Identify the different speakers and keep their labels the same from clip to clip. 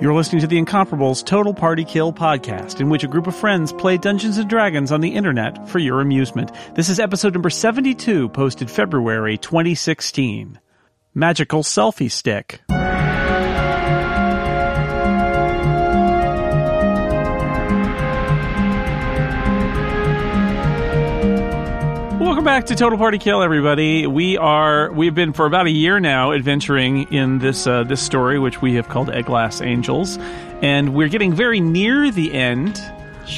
Speaker 1: You're listening to the Incomparables Total Party Kill podcast, in which a group of friends play Dungeons and Dragons on the internet for your amusement. This is episode number 72, posted February 2016. Magical Selfie Stick. Welcome back to Total Party Kill, everybody. We are we've been for about a year now adventuring in this uh, this story, which we have called Eglass Angels, and we're getting very near the end.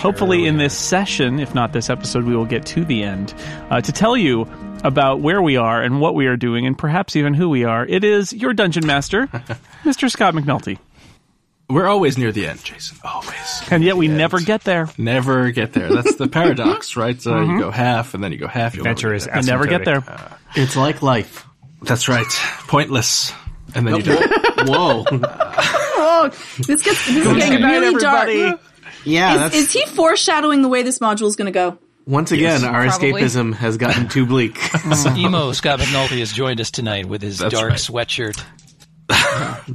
Speaker 1: Hopefully, in this session, if not this episode, we will get to the end uh, to tell you about where we are and what we are doing, and perhaps even who we are. It is your dungeon master, Mr. Scott McNulty,
Speaker 2: We're always near the end, Jason. Always.
Speaker 1: and yet we never get there.
Speaker 2: Never get there. That's the paradox, right? So you go half, and then you go half. You'll
Speaker 3: Adventure
Speaker 2: never
Speaker 3: is
Speaker 2: get
Speaker 1: I never get there.
Speaker 4: It's like life.
Speaker 2: there. That's right. Pointless. And then you die.
Speaker 4: Whoa.
Speaker 5: Oh, this gets this is getting really dark.
Speaker 4: Yeah,
Speaker 5: Is,
Speaker 4: that's
Speaker 5: is he foreshadowing the way this module is going to go?
Speaker 4: once again our
Speaker 6: Probably.
Speaker 4: escapism has gotten too bleak.
Speaker 7: Emo Scott McNulty has joined us tonight with his
Speaker 2: That's
Speaker 7: dark
Speaker 2: right.
Speaker 7: sweatshirt.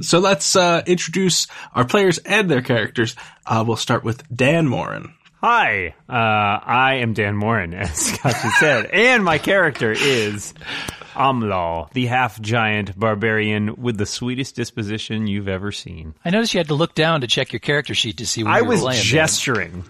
Speaker 2: so let's uh, introduce our players and their characters. Uh, we'll start with Dan Morin.
Speaker 3: Hi, uh, I am Dan Morin, as Scott just said, and my character is Amlal, the half giant barbarian with the sweetest disposition you've ever seen.
Speaker 7: I noticed you had to look down to check your character sheet to see where
Speaker 3: I
Speaker 7: you were
Speaker 3: was
Speaker 7: laying there.
Speaker 3: gesturing.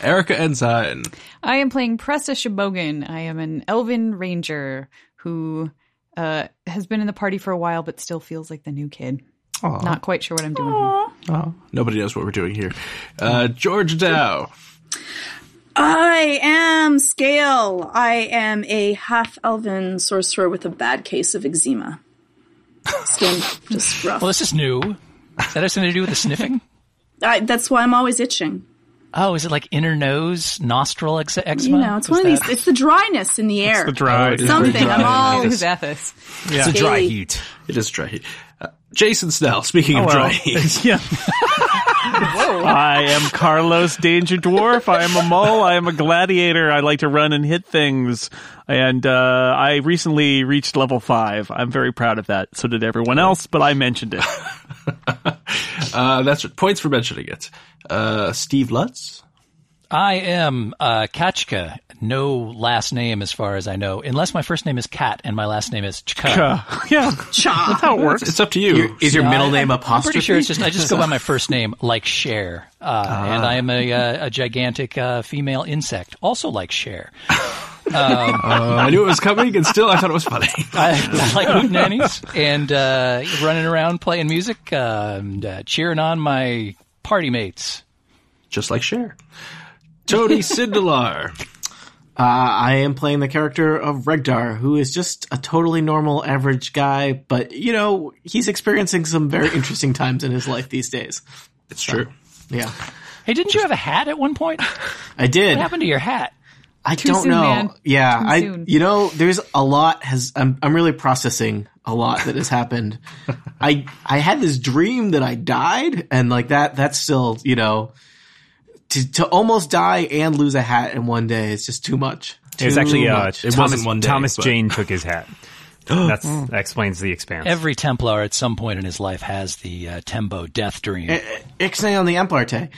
Speaker 2: Erica Ensign.
Speaker 6: I am playing Presta Shibogan. I am an elven ranger who uh, has been in the party for a while but still feels like the new kid. Not quite sure what I'm doing. here.
Speaker 2: Nobody knows what we're doing here. Uh, George Dow.
Speaker 5: I am Scale. I am a half elven sorcerer with a bad case of eczema. Skin just rough.
Speaker 7: Well, this is new. Does that have something to do with the sniffing?
Speaker 5: I, that's why I'm always itching.
Speaker 7: Oh, is it like inner nose, nostril ex- eczema?
Speaker 5: You know, it's
Speaker 7: Is
Speaker 5: one of these.
Speaker 7: that-
Speaker 5: It's the dryness in the air.
Speaker 1: The dry.
Speaker 2: It is very
Speaker 5: Something.
Speaker 2: dry.
Speaker 5: I'm all.
Speaker 6: Who's Athos?
Speaker 3: It's a
Speaker 5: dry
Speaker 3: heat.
Speaker 2: It is dry heat. Uh, Jason Snell. Speaking of dry heat.
Speaker 1: yeah. I am Carlos Danger Dwarf. I am a mole. I am a gladiator. I like to run and hit things. And uh, I recently reached level five. I'm very proud of that. So did everyone else, but I mentioned it.
Speaker 2: Uh, that's right. points for mentioning it. Uh, Steve Lutz.
Speaker 7: I am uh, Kachka. No last name, as far as I know, unless my first name is Kat and my last name is Chka.
Speaker 1: Uh, yeah,
Speaker 5: Cha.
Speaker 1: that works.
Speaker 2: It's up to you.
Speaker 4: is your middle name
Speaker 7: I'm
Speaker 4: apostrophe?
Speaker 7: pretty sure it's just I just go by my first name, like Cher, uh, and I am a, uh, a gigantic uh, female insect, also like Cher.
Speaker 2: Uh, I knew it was coming, and still I thought it was funny.
Speaker 7: I, I like hoot nannies and uh, running around playing music, uh, and, uh, cheering on my party mates.
Speaker 2: Just like Cher. Tony Sindelar.
Speaker 4: Uh, I am playing the character of Regdar, who is just a totally normal, average guy, but you know he's experiencing some very interesting times in his life these days.
Speaker 2: It's true.
Speaker 4: Yeah,
Speaker 7: Hey, didn't you have a hat at one point? What
Speaker 4: I did.
Speaker 7: happened to your hat?
Speaker 4: I don't
Speaker 6: soon,
Speaker 4: know.
Speaker 6: man.
Speaker 4: Yeah,
Speaker 6: Too
Speaker 4: I
Speaker 6: soon.
Speaker 4: you know, there's a lot has I'm I'm really processing a lot that has happened. I I had this dream that I died and like that that's still, you know, to to almost die and lose a hat in one day is just too much.
Speaker 3: It was actually
Speaker 4: Too
Speaker 3: uh,
Speaker 4: much.
Speaker 2: It
Speaker 3: Thomas,
Speaker 2: wasn't one day,
Speaker 3: Thomas
Speaker 2: but-
Speaker 3: Jane took his hat. That's, that explains the expanse.
Speaker 7: Every Templar at some point in his life has the uh, Tembo death dream.
Speaker 4: eh, Ixnay on the Emparte.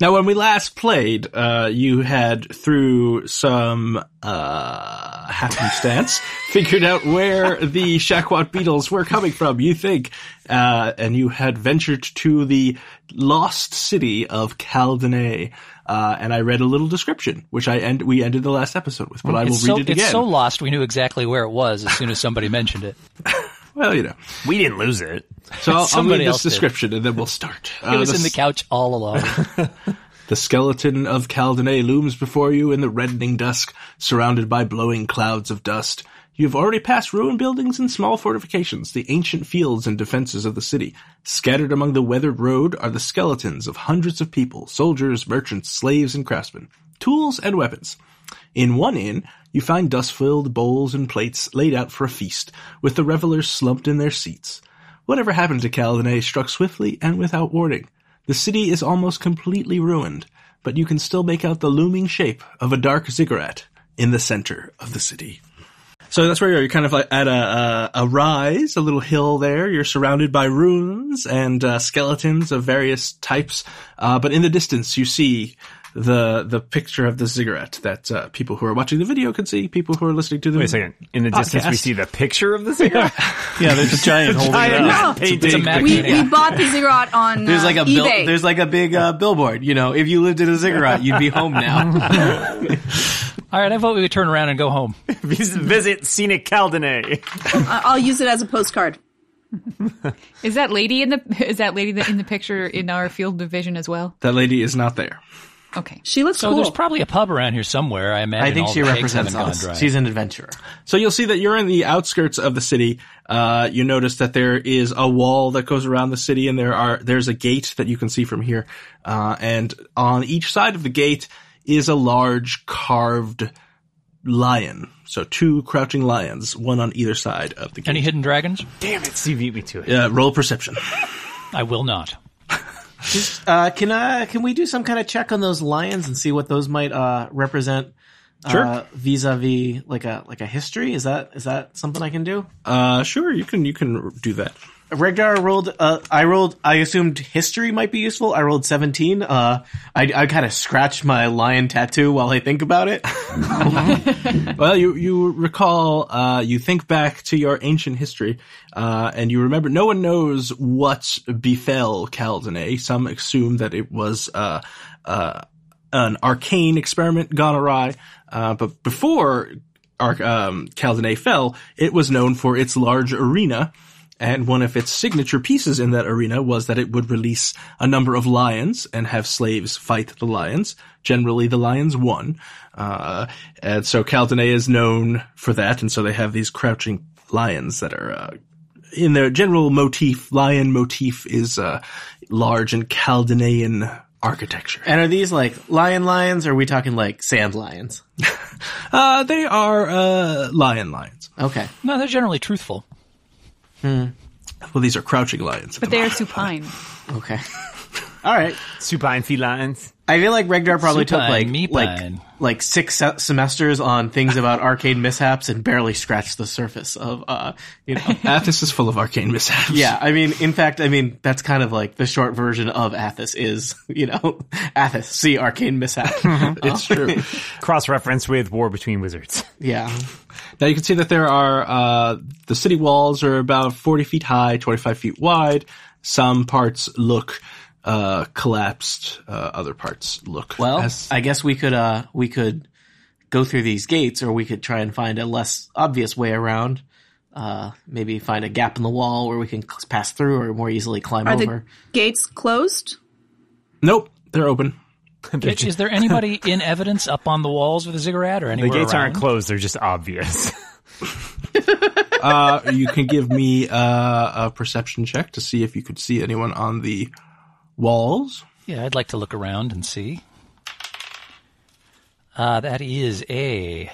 Speaker 2: Now, when we last played, uh, you had, through some uh, happenstance, figured out where the Shakwat beetles were coming from, you think, uh, and you had ventured to the lost city of Caldenay. Uh, and I read a little description, which I end we ended the last episode with, but I will
Speaker 7: Mm, it's, so,
Speaker 2: read it again.
Speaker 7: it's so lost, we knew exactly where it was as soon as somebody mentioned it.
Speaker 2: well, you know.
Speaker 3: we didn't lose it.
Speaker 2: So I'll, I'll
Speaker 7: Somebody
Speaker 2: read this
Speaker 7: else did.
Speaker 2: description and then we'll start.
Speaker 7: It was
Speaker 2: Uh,
Speaker 7: in the
Speaker 2: s-
Speaker 7: couch all along.
Speaker 2: The skeleton of Caldenay looms before you in the reddening dusk, surrounded by blowing clouds of dust. You have already passed ruined buildings and small fortifications, the ancient fields and defenses of the city. Scattered among the weathered road are the skeletons of hundreds of people, soldiers, merchants, slaves, and craftsmen, tools and weapons. In one inn, you find dust-filled bowls and plates laid out for a feast, with the revelers slumped in their seats. Whatever happened to Caldenay struck swiftly and without warning. The city is almost completely ruined, but you can still make out the looming shape of a dark ziggurat in the center of the city. So that's where you are. You're kind of like at a, a, a rise, a little hill there. You're surrounded by ruins and uh, skeletons of various types. Uh, but in the distance, you see the the picture of the ziggurat that uh, people who are watching the video can see. People who are listening to the
Speaker 3: Wait a second. In the distance, we
Speaker 2: Podcast.
Speaker 3: see the picture of the cigarette.
Speaker 1: Yeah, there's a giant holding
Speaker 3: giant
Speaker 1: it up.
Speaker 5: No,
Speaker 7: It's a magic.
Speaker 5: we, we bought the ziggurat on
Speaker 4: There's
Speaker 5: uh,
Speaker 4: like a bil-
Speaker 5: eBay.
Speaker 4: there's like a big uh, billboard. You know, if you lived in a ziggurat, you'd be home now.
Speaker 7: All right, I vote we turn around and go home.
Speaker 3: Vis- Visit scenic Caldene.
Speaker 5: I- I'll use it as a postcard.
Speaker 6: Is that lady in the is that lady that in the picture in our field of vision as well?
Speaker 2: That lady is not there.
Speaker 6: Okay.
Speaker 5: She looks
Speaker 7: So
Speaker 5: cool.
Speaker 7: there's probably a pub around here somewhere. I imagine.
Speaker 4: I think
Speaker 7: all
Speaker 4: she
Speaker 7: the cakes
Speaker 4: represents
Speaker 7: haven't gone
Speaker 4: us.
Speaker 7: dry.
Speaker 4: She's an adventurer.
Speaker 2: So you'll see that you're in the outskirts of the city. Uh, you notice that there is a wall that goes around the city, and there are there's a gate that you can see from here. Uh, and on each side of the gate is a large carved lion. So two crouching lions, one on either side of the gate.
Speaker 7: Any hidden dragons?
Speaker 3: Damn it, Steve, beat me to it.
Speaker 2: uh, roll perception.
Speaker 7: I will not.
Speaker 4: Just, uh, can uh, can we do some kind of check on those lions and see what those might uh, represent?
Speaker 2: Sure.
Speaker 4: Uh, vis-a-vis like a like a history is that is that something I can do?
Speaker 2: Uh, sure, you can you can do that.
Speaker 4: Regdar rolled. Uh, I rolled. I assumed history might be useful. I rolled seventeen. Uh, I, I kind of scratched my lion tattoo while I think about it.
Speaker 2: Well, you you recall, uh, you think back to your ancient history, uh, and you remember. No one knows what befell Caldene. Some assume that it was uh, uh, an arcane experiment gone awry, uh, but before Ar- um, Caldene fell, it was known for its large arena. And one of its signature pieces in that arena was that it would release a number of lions and have slaves fight the lions. Generally, the lions won. Uh, and so Caldene is known for that. And so they have these crouching lions that are, uh, in their general motif, lion motif is, uh, large and Caldenean architecture.
Speaker 4: And are these like lion lions? Or are we talking like sand lions?
Speaker 2: Uh, they are, uh, lion lions.
Speaker 4: Okay.
Speaker 7: No, they're generally truthful.
Speaker 2: Well, these are crouching lions.
Speaker 6: But they are supine.
Speaker 4: Okay. All right.
Speaker 3: Supine felines.
Speaker 4: I feel like Regdar probably took
Speaker 7: Supine,
Speaker 4: like
Speaker 7: meepine.
Speaker 4: like like six se- semesters on things about arcade mishaps and barely scratched the surface of uh you know.
Speaker 2: Athos is full of arcane mishaps.
Speaker 4: Yeah, I mean, in fact, I mean that's kind of like the short version of Athos is you know Athos see arcane mishap.
Speaker 2: It's true.
Speaker 3: Cross reference with War Between Wizards.
Speaker 4: yeah,
Speaker 2: Now you can see that there are uh, the city walls are about forty feet high, twenty-five feet wide. Some parts look uh, collapsed. Uh, other parts look
Speaker 4: well,
Speaker 2: as-
Speaker 4: I guess we could uh we could go through these gates, or we could try and find a less obvious way around. Uh, maybe find a gap in the wall where we can c- pass through, or more easily climb
Speaker 5: Are
Speaker 4: over.
Speaker 5: the gates closed?
Speaker 2: nope, they're open.
Speaker 7: Mitch, is there anybody in evidence up on the walls of the ziggurat or
Speaker 3: The
Speaker 7: anywhere?
Speaker 3: gates
Speaker 7: around?
Speaker 3: aren't closed, they're just obvious.
Speaker 2: Uh, you can give me uh, a perception check to see if you could see anyone on the walls.
Speaker 7: Yeah, I'd like to look around and see. Uh, that is a.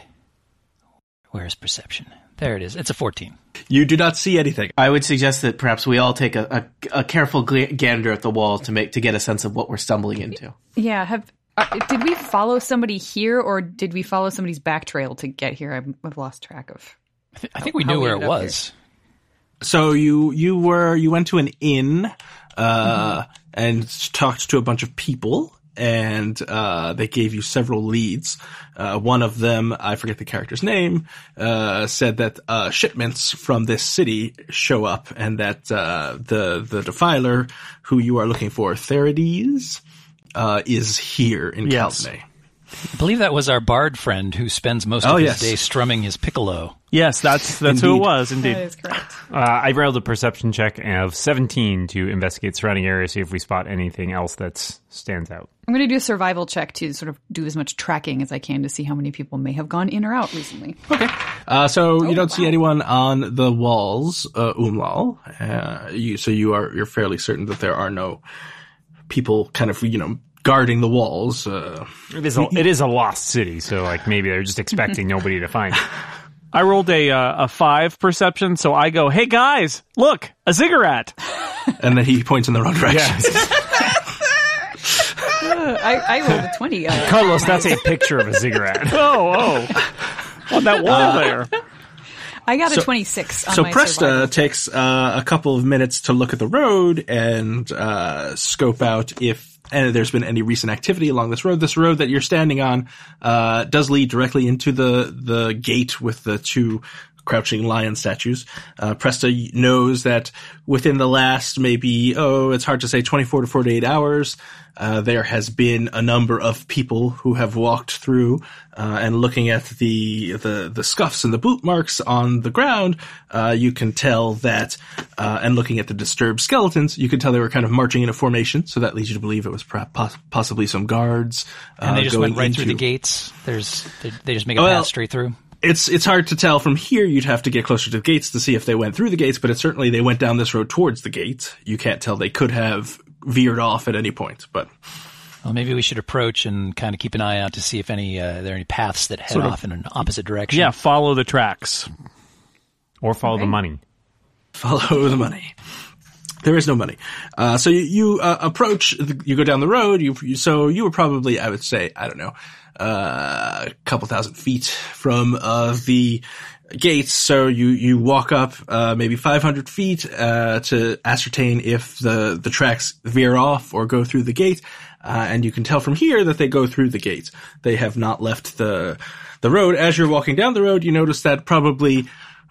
Speaker 7: Where's perception? There it is. It's a 14.
Speaker 2: You do not see anything.
Speaker 4: I would suggest that perhaps we all take a, a, a careful gla- gander at the wall to make to get a sense of what we're stumbling into.
Speaker 6: Yeah. Have uh, did we follow somebody here or did we follow somebody's back trail to get here? I'm- I've lost track of.
Speaker 7: I, th- I think we
Speaker 6: How
Speaker 7: knew
Speaker 6: we
Speaker 7: where it
Speaker 6: ended up
Speaker 7: was.
Speaker 2: So you you were you went to an inn uh,
Speaker 4: Mm-hmm.
Speaker 2: and talked to a bunch of people, and uh, they gave you several leads. Uh, one of them, I forget the character's name, uh, said that uh, shipments from this city show up, and that uh, the the defiler who you are looking for, Therides, uh, is here in
Speaker 4: Yes.
Speaker 2: Calvene.
Speaker 7: I believe that was our bard friend who spends most of
Speaker 2: Oh,
Speaker 7: his
Speaker 2: yes.
Speaker 7: day strumming his piccolo.
Speaker 1: Yes, that's that's who it was indeed.
Speaker 6: is correct.
Speaker 3: Uh, I rolled a perception check of 17 to investigate surrounding areas, see if we spot anything else that stands out.
Speaker 6: I'm going to do a survival check to sort of do as much tracking as I can to see how many people may have gone in or out recently.
Speaker 2: Uh, so you don't see anyone on the walls, uh, Umlal. Uh, you, so you are you're fairly certain that there are no people, kind of you know, guarding the walls. Uh,
Speaker 3: It is a, it is a lost city, so like maybe they're just expecting nobody to find it.
Speaker 1: I rolled a uh, a five perception, so I go, "Hey guys, look, a ziggurat."
Speaker 2: and then he points in the wrong direction.
Speaker 6: I, I rolled a 20. Uh,
Speaker 3: Carlos, that's a picture of a ziggurat.
Speaker 1: Oh, oh, on that wall there.
Speaker 6: I got a
Speaker 2: So-
Speaker 6: 26 on
Speaker 2: So
Speaker 6: my
Speaker 2: Presta
Speaker 6: survival.
Speaker 2: takes uh, a couple of minutes to look at the road and uh, scope out if uh, there's been any recent activity along this road. This road that you're standing on uh, does lead directly into the the gate with the two crouching lion statues. Uh, Presta knows that within the last maybe oh it's hard to say 24 to 48 hours. Uh, there has been a number of people who have walked through uh, and looking at the, the the scuffs and the boot marks on the ground, uh, you can tell that. Uh, and looking at the disturbed skeletons, you can tell they were kind of marching in a formation. So that leads you to believe it was perhaps poss- possibly some guards. Uh,
Speaker 7: And they just
Speaker 2: going
Speaker 7: went right through the
Speaker 2: into-
Speaker 7: gates. There's they, they just make a
Speaker 2: Well-
Speaker 7: pass straight through.
Speaker 2: It's it's hard to tell from here. You'd have to get closer to the gates to see if they went through the gates, but it's certainly they went down this road towards the gate. You can't tell they could have veered off at any point, but
Speaker 7: Well, maybe we should approach and kind of keep an eye out to see if any uh, there are any paths that head off in an opposite direction.
Speaker 1: Yeah, follow the tracks.
Speaker 3: Or follow the money.
Speaker 2: follow the money. There is no money. Uh, so you, you uh, approach, the, you go down the road. You, you so you were probably, I would say, I don't know, uh, a couple thousand feet from uh, the gates. So you you walk up uh, maybe five hundred feet uh, to ascertain if the the tracks veer off or go through the gate. Uh, and you can tell from here that they go through the gate. They have not left the the road. As you're walking down the road, you notice that probably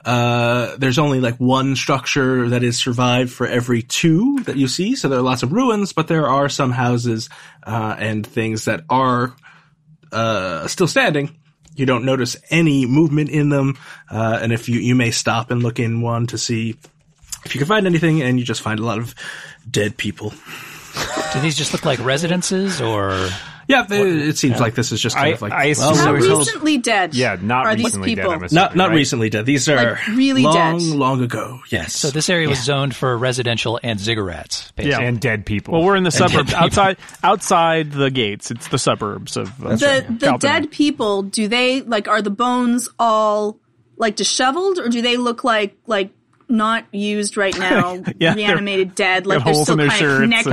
Speaker 2: uh, there's only like one structure that is survived for every two that you see. So there are lots of ruins, but there are some houses uh, and things that are uh, still standing. You don't notice any movement in them, uh, and if you you may stop and look in one to see if you can find anything, and you just find a lot of dead people.
Speaker 7: Do these just look like residences, or
Speaker 2: Yeah, they, it seems like this is just kind
Speaker 3: I-
Speaker 2: of like
Speaker 3: I assume
Speaker 2: well,
Speaker 5: How
Speaker 3: So we told-
Speaker 5: recently dead?
Speaker 3: Yeah, not
Speaker 5: are these
Speaker 3: recently dead,
Speaker 5: people?
Speaker 3: I'm assuming,
Speaker 2: not not
Speaker 3: right?
Speaker 2: recently dead. These are
Speaker 5: Like, really
Speaker 2: long,
Speaker 5: dead.
Speaker 2: long ago. Yes.
Speaker 7: so this area was zoned for residential and ziggurats. Basically.
Speaker 1: Yeah.
Speaker 3: And dead people.
Speaker 1: Well, we're in the suburbs
Speaker 7: people.
Speaker 1: outside outside the gates. It's the suburbs of uh,
Speaker 5: The the
Speaker 1: Calvin.
Speaker 5: dead people, do they like are the bones all like disheveled or do they look like like not used right now,
Speaker 1: Yeah, they're-
Speaker 5: reanimated dead, like
Speaker 1: got
Speaker 5: they're
Speaker 1: holes
Speaker 5: still
Speaker 1: in
Speaker 5: kind
Speaker 1: their
Speaker 5: of
Speaker 1: shirts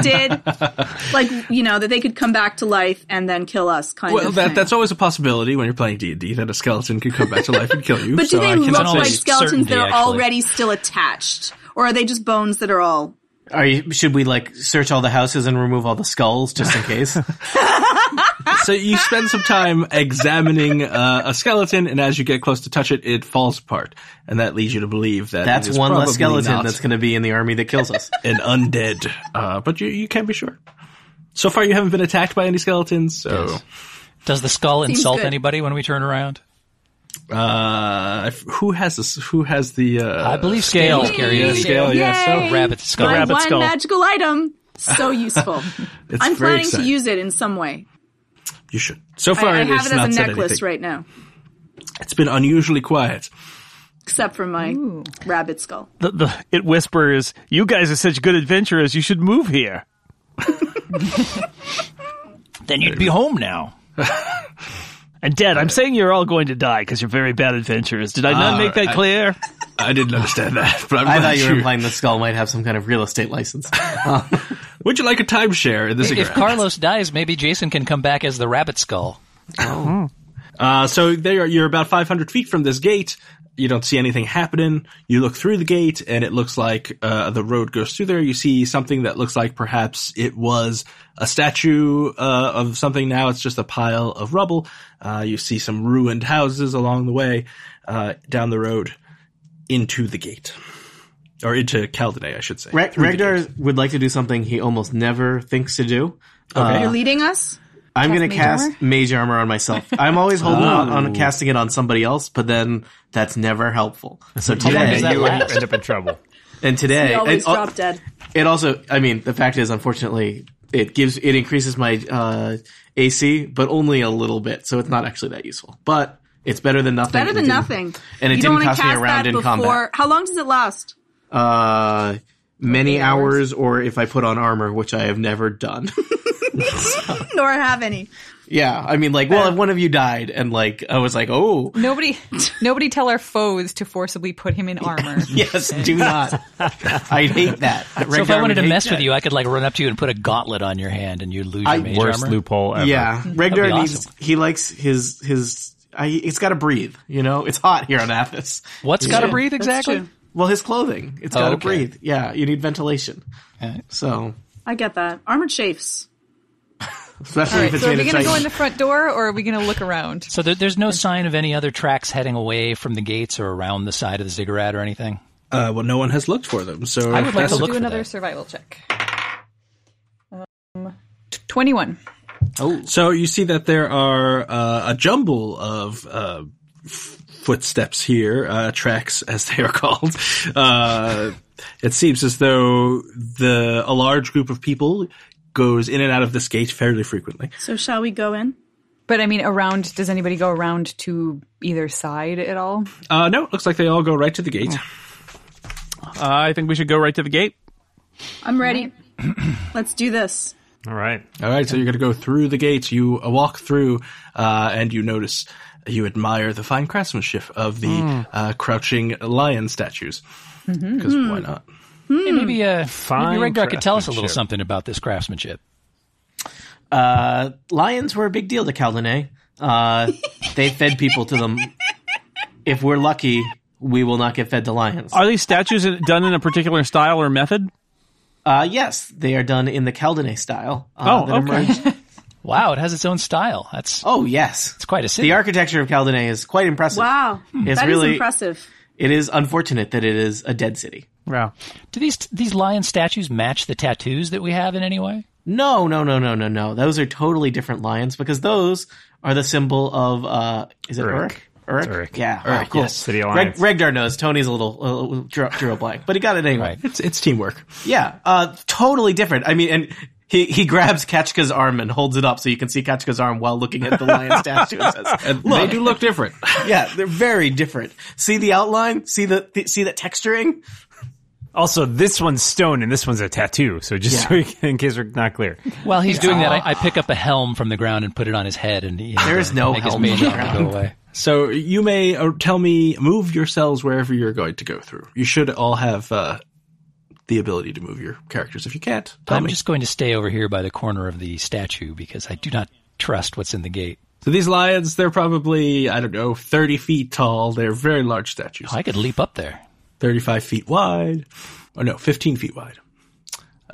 Speaker 5: connected, like you know that they could come back to life and then kill us, kind
Speaker 2: Well,
Speaker 5: of.
Speaker 2: that,
Speaker 5: thing.
Speaker 2: that's always a possibility when you're playing D and D that a skeleton could come back to life and kill you.
Speaker 5: But do
Speaker 2: so
Speaker 5: they
Speaker 2: I
Speaker 5: look
Speaker 2: cannot
Speaker 7: almost
Speaker 5: like
Speaker 2: say-
Speaker 5: skeletons that are
Speaker 7: certainty, actually.
Speaker 5: already still attached, or are they just bones that are all?
Speaker 4: Are you, should we like search all the houses and remove all the skulls just in case?
Speaker 2: so you spend some time examining uh, a skeleton, and as you get close to touch it, it falls apart, and that leads you to believe that
Speaker 4: That's
Speaker 2: it is
Speaker 4: one less
Speaker 2: probably
Speaker 4: skeleton
Speaker 2: not
Speaker 4: that's going to be in the army that kills us.
Speaker 2: an undead. Uh, but you you can't be sure. So far, you haven't been attacked by any skeletons. So
Speaker 7: Does the skull
Speaker 5: Seems
Speaker 7: insult
Speaker 5: good.
Speaker 7: anybody when we turn around?
Speaker 2: uh, if- who has this? Who has the? Uh,
Speaker 7: I believe Oh, scale.
Speaker 5: Yay!
Speaker 7: Scary.
Speaker 2: Scale, yeah, so-
Speaker 5: Yay!
Speaker 7: Rabbit skull.
Speaker 5: My
Speaker 1: rabbit
Speaker 5: one
Speaker 1: skull.
Speaker 5: magical item, so useful.
Speaker 2: It's
Speaker 5: I'm
Speaker 2: very
Speaker 5: planning to
Speaker 2: exciting.
Speaker 5: use it in some way.
Speaker 2: You should. So
Speaker 5: I,
Speaker 2: far,
Speaker 5: I
Speaker 2: it
Speaker 5: have
Speaker 2: has
Speaker 5: it as
Speaker 2: not
Speaker 5: a
Speaker 2: said
Speaker 5: necklace
Speaker 2: anything.
Speaker 5: right now,
Speaker 2: It's been unusually quiet.
Speaker 5: except for my rabbit skull.
Speaker 1: the, the, it whispers, "You guys are such good adventurers. You should move here."
Speaker 7: Then you'd be home now.
Speaker 1: And Dad, I'm saying you're all going to die because you're very bad adventurers. Did Uh, I not make that clear?
Speaker 2: I didn't understand that, but I'm
Speaker 4: I
Speaker 2: glad
Speaker 4: thought you were implying the skull might have some kind of real estate license.
Speaker 2: Would you like a timeshare in this
Speaker 7: If
Speaker 2: agreement?
Speaker 7: Carlos dies, maybe Jason can come back as the rabbit skull.
Speaker 2: Uh, so there, you're about 500 feet from this gate. You don't see anything happening. You look through the gate, and it looks like uh, the road goes through there. You see something that looks like perhaps it was a statue uh, of something. Now it's just a pile of rubble. Uh, you see some ruined houses along the way uh, down the road into the gate, or into Caldene, I should say.
Speaker 4: Reg-
Speaker 2: Through the gate.
Speaker 4: Regdar would like to do something he almost never thinks to do.
Speaker 5: You're leading us.
Speaker 4: I'm
Speaker 6: Cast
Speaker 4: going
Speaker 6: mage
Speaker 4: to cast
Speaker 6: armor?
Speaker 4: mage armor on myself. I'm always holding out on casting it on somebody else, but then that's never helpful. So
Speaker 7: does
Speaker 4: today,
Speaker 7: that
Speaker 3: you would
Speaker 7: last?
Speaker 3: end up in trouble.
Speaker 4: and today,
Speaker 5: You always
Speaker 4: and oh, al-
Speaker 5: drop dead.
Speaker 4: it also i mean the fact is unfortunately it gives it increases my uh ac but only a little bit so it's not actually that useful but it's better than nothing
Speaker 5: Better
Speaker 4: It
Speaker 5: than
Speaker 4: didn't-
Speaker 5: nothing.
Speaker 4: and it
Speaker 5: you don't
Speaker 4: didn't
Speaker 5: want
Speaker 4: cost
Speaker 5: to
Speaker 4: me a
Speaker 5: cast
Speaker 4: round
Speaker 5: that
Speaker 4: in
Speaker 5: before.
Speaker 4: combat
Speaker 5: How long does it last?
Speaker 4: uh many hours or if i put on armor which i have never done
Speaker 5: Nor have any.
Speaker 4: yeah i mean like well if one of you died and like i was like oh
Speaker 6: Nobody, nobody tell our foes to forcibly put him in armor.
Speaker 4: yes do not i hate that
Speaker 7: So if I wanted to mess with you, I could like run up to you and put a gauntlet on your hand, and you'd lose your
Speaker 4: I-
Speaker 7: mage
Speaker 3: Worst
Speaker 7: armor.
Speaker 3: loophole ever.
Speaker 4: yeah regdar
Speaker 7: awesome.
Speaker 4: needs he likes his his I, it's got to breathe. You know, it's hot here on Athos.
Speaker 7: What's got to
Speaker 4: Yeah.
Speaker 7: breathe
Speaker 5: That's
Speaker 7: exactly?
Speaker 5: true.
Speaker 4: Well, his clothing, it's
Speaker 7: Oh,
Speaker 4: got to
Speaker 7: okay.
Speaker 4: breathe. Yeah, you need ventilation.
Speaker 7: Alright.
Speaker 4: So,
Speaker 5: I get that. Armored chafes.
Speaker 4: especially
Speaker 6: All
Speaker 4: if
Speaker 6: right,
Speaker 4: it's
Speaker 6: so are
Speaker 4: made
Speaker 6: we going to
Speaker 4: of
Speaker 6: go in
Speaker 4: titanium.
Speaker 6: the front door or are we going to look around?
Speaker 7: So there, there's no sign of any other tracks heading away from the gates or around the side of the ziggurat or anything.
Speaker 2: Uh, well, no one has looked for them, so
Speaker 7: I would like
Speaker 2: that's
Speaker 7: to look
Speaker 6: do
Speaker 7: for
Speaker 6: another
Speaker 7: that.
Speaker 6: survival check. Um, t- 21.
Speaker 2: So you see that there are uh, a jumble of uh, f- footsteps here, uh, tracks as they are called. Uh, it seems as though the a large group of people goes in and out of this gate fairly frequently.
Speaker 5: So shall we go in?
Speaker 6: But I mean, around, does anybody go around to either side at all?
Speaker 2: Uh, no, it looks like they all go right to the gate.
Speaker 1: I think we should go right to the gate.
Speaker 5: I'm ready. Let's do this.
Speaker 3: All right.
Speaker 2: All right, so you're going to go through the gates. You uh, walk through, uh, and you notice, you admire the fine craftsmanship of the
Speaker 5: Hmm.
Speaker 2: uh, crouching lion statues.
Speaker 5: Mm-hmm.
Speaker 2: Because why
Speaker 5: Hmm.
Speaker 2: not?
Speaker 7: Hey, maybe uh,
Speaker 3: Fine
Speaker 7: maybe Rengar could tell us a little
Speaker 3: craftsmanship.
Speaker 7: something about this craftsmanship.
Speaker 4: Uh, lions were a big deal to Caldene. Uh, they fed people to them. If we're lucky, we will not get fed to lions.
Speaker 1: Are these statues in- done in a particular style or method?
Speaker 4: Uh, yes, they are done in the Caldene style. Uh,
Speaker 1: Oh,
Speaker 4: that
Speaker 1: okay.
Speaker 4: emerged-
Speaker 7: Wow, it has its own style. That's
Speaker 4: oh, yes.
Speaker 7: it's quite a city.
Speaker 4: The architecture of Caldene is quite impressive.
Speaker 5: Wow.
Speaker 4: It's
Speaker 5: that is
Speaker 4: really-
Speaker 5: impressive.
Speaker 4: It is unfortunate that it is a dead city.
Speaker 1: Wow.
Speaker 7: Do these these lion statues match the tattoos that we have in any way?
Speaker 4: No, no, no, no, no, no. Those are totally different lions because those are the symbol of uh is it Uruk?
Speaker 3: Uruk.
Speaker 4: Uruk?
Speaker 3: Uruk.
Speaker 4: Yeah. Uruk, cool.
Speaker 3: yes. City
Speaker 4: Reg-
Speaker 3: Alliance.
Speaker 4: Regdar knows. Tony's a little uh, drew, drew a blank, but he got it anyway.
Speaker 7: Right.
Speaker 2: It's it's teamwork.
Speaker 4: Yeah, uh, totally different. I mean, and he, he grabs Kachka's arm and holds it up so you can see Kachka's arm while looking at the lion statue. And says,
Speaker 2: They do look different.
Speaker 4: yeah, they're very different. See the outline? See the, the see that texturing?
Speaker 3: Also, this one's stone and this one's a tattoo. So just so you can, in case we're not clear.
Speaker 7: While he's doing that, I, I pick up a helm from the ground and put it on his head, and he,
Speaker 4: There is no
Speaker 7: make his
Speaker 4: helm on
Speaker 7: mage
Speaker 4: the
Speaker 7: armor go
Speaker 4: ground.
Speaker 7: away.
Speaker 2: So you may uh, tell me move yourselves wherever you're going to go through. You should all have uh, the ability to move your characters. If you can't, tell
Speaker 7: I'm
Speaker 2: me.
Speaker 7: just going to stay over here by the corner of the statue because I do not trust what's in the gate.
Speaker 2: so these lions, they're probably I don't know, thirty feet tall. They're very large statues,
Speaker 7: Oh, I could leap up there.
Speaker 2: thirty-five feet wide, or no, fifteen feet wide.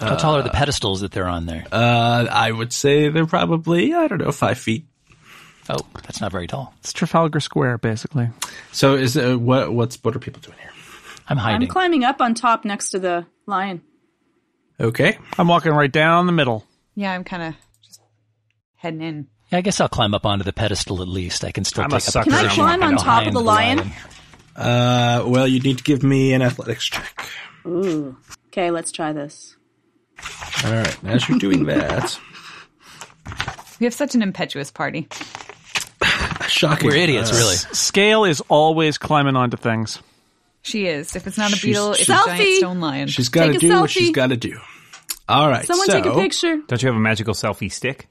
Speaker 7: How tall are the pedestals that they're on there?
Speaker 2: Uh, I would say they're probably I don't know, five feet.
Speaker 7: oh, that's not very tall.
Speaker 1: It's Trafalgar Square, basically.
Speaker 2: So is uh, what what's what are people doing here?
Speaker 7: I'm
Speaker 5: I'm
Speaker 7: hiding.
Speaker 5: climbing up on top next to the lion.
Speaker 2: Okay,
Speaker 1: I'm walking right down the middle.
Speaker 6: Yeah, I'm kind of just heading in.
Speaker 7: yeah, I guess I'll climb up onto the pedestal at least. I can still
Speaker 3: I'm a
Speaker 7: take up
Speaker 3: sucker.
Speaker 5: Can I
Speaker 3: Sure.
Speaker 5: climb on
Speaker 7: I'm
Speaker 5: top of
Speaker 7: behind
Speaker 5: the lion?
Speaker 2: uh, well you need to give me an athletics check.
Speaker 5: Ooh. Okay, let's try this.
Speaker 2: All right, as you're doing that,
Speaker 6: We have such an impetuous party.
Speaker 2: shocking.
Speaker 7: We're
Speaker 2: Uh,
Speaker 7: idiots, really.
Speaker 1: Scale is always climbing onto things.
Speaker 6: She is. If it's not a
Speaker 2: She's-
Speaker 6: beetle, it's a giant
Speaker 5: Selfie!
Speaker 6: stone lion.
Speaker 2: She's got to
Speaker 5: Take a
Speaker 2: do what
Speaker 5: selfie.
Speaker 2: she's got to do. All right.
Speaker 5: Someone
Speaker 2: so,
Speaker 5: take a picture.
Speaker 3: Don't you have a magical selfie stick?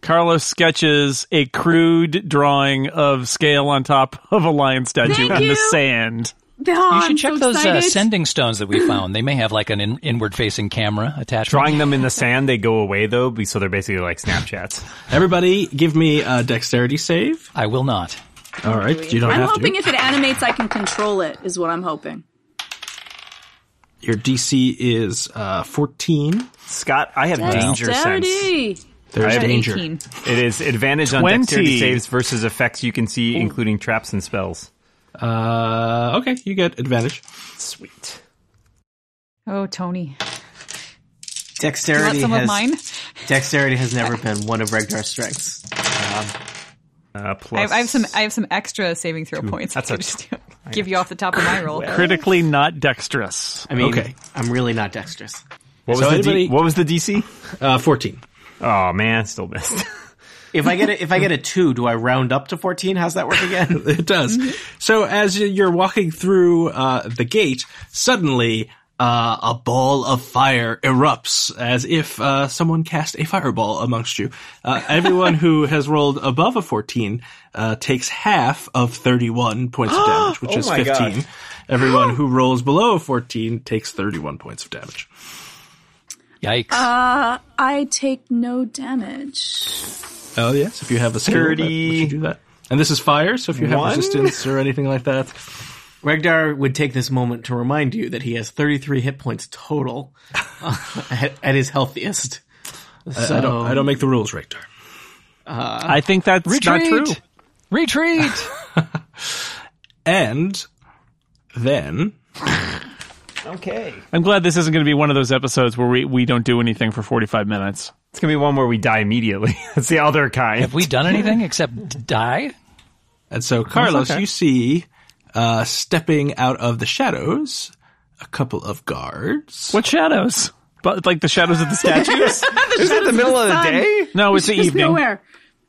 Speaker 1: Carlos sketches a crude drawing of scale on top of a lion statue
Speaker 5: Thank
Speaker 1: in the
Speaker 5: you.
Speaker 1: sand.
Speaker 5: Oh,
Speaker 7: You should
Speaker 5: I'm
Speaker 7: check
Speaker 5: so
Speaker 7: those uh,
Speaker 5: excited.
Speaker 7: sending stones that we found. They may have like an in- inward-facing camera attachment.
Speaker 3: Drawing them in the sand, they go away though, be- so they're basically like Snapchats.
Speaker 2: everybody, give me a dexterity save.
Speaker 7: I will not.
Speaker 2: All right. You don't
Speaker 5: I'm
Speaker 2: have
Speaker 5: hoping
Speaker 2: to.
Speaker 5: if it animates, I can control it. Is what I'm hoping.
Speaker 2: Your DC is uh, 14.
Speaker 3: Scott, I have danger sense.
Speaker 5: Dexterity.
Speaker 2: There's
Speaker 3: have
Speaker 2: danger.
Speaker 6: 18.
Speaker 3: It is advantage on
Speaker 1: 20.
Speaker 3: dexterity saves versus effects you can see, including traps and spells.
Speaker 2: Uh, okay, you get advantage.
Speaker 3: Sweet.
Speaker 6: Oh, Tony. You want
Speaker 4: Dexterity
Speaker 6: some of
Speaker 4: has
Speaker 6: mine?
Speaker 4: dexterity has never been one of Regdar's strengths.
Speaker 3: Uh,
Speaker 6: I
Speaker 3: plus,
Speaker 6: have, I have some. I have some extra saving throw points.
Speaker 3: That's
Speaker 6: I
Speaker 3: a-
Speaker 6: could just give you off the top of my roll.
Speaker 1: Critically not dexterous.
Speaker 4: I mean,
Speaker 2: Okay.
Speaker 4: I'm really not dexterous.
Speaker 3: What was,
Speaker 2: So
Speaker 3: the
Speaker 2: anybody-
Speaker 3: D- what was the DC?
Speaker 2: Uh, 14.
Speaker 3: Oh man, still missed.
Speaker 4: If I get a, if I get a two, do I round up to fourteen? How's that work again?
Speaker 2: It does.
Speaker 6: Mm-hmm.
Speaker 2: So as you- you're walking through uh, the gate, suddenly uh, a ball of fire erupts as if uh, someone cast a fireball amongst you. Uh, everyone who has rolled above a 14 uh, takes half of 31 points of damage,
Speaker 3: Oh
Speaker 2: which is 15. Everyone who rolls below a 14 takes 31 points of damage.
Speaker 7: Yikes!
Speaker 5: I take no damage.
Speaker 2: Oh yes, if you have a skill, that-
Speaker 3: Thirty-
Speaker 2: would you do that. And this is fire, so if you have
Speaker 3: One?
Speaker 2: resistance or anything like that,
Speaker 4: Regdar would take this moment to remind you that he has 33 hit points total uh, at, at his healthiest. So,
Speaker 2: I don't. I don't make the rules, Rictor.
Speaker 1: I think that's not
Speaker 7: Retreat!
Speaker 1: true.
Speaker 7: Retreat!
Speaker 2: And then
Speaker 3: Okay.
Speaker 1: I'm glad this isn't going to be one of those episodes where we, we don't do anything for 45 minutes.
Speaker 3: It's going to be one where we die immediately. That's the other kind.
Speaker 7: Have we done anything except die?
Speaker 2: And so, Carlos,
Speaker 1: okay.
Speaker 2: you see uh, stepping out of the shadows a couple of guards.
Speaker 1: What shadows? But like the shadows of the statues?
Speaker 3: Is it the middle of the day?
Speaker 1: no, it's the
Speaker 5: There's
Speaker 1: evening.
Speaker 5: nowhere.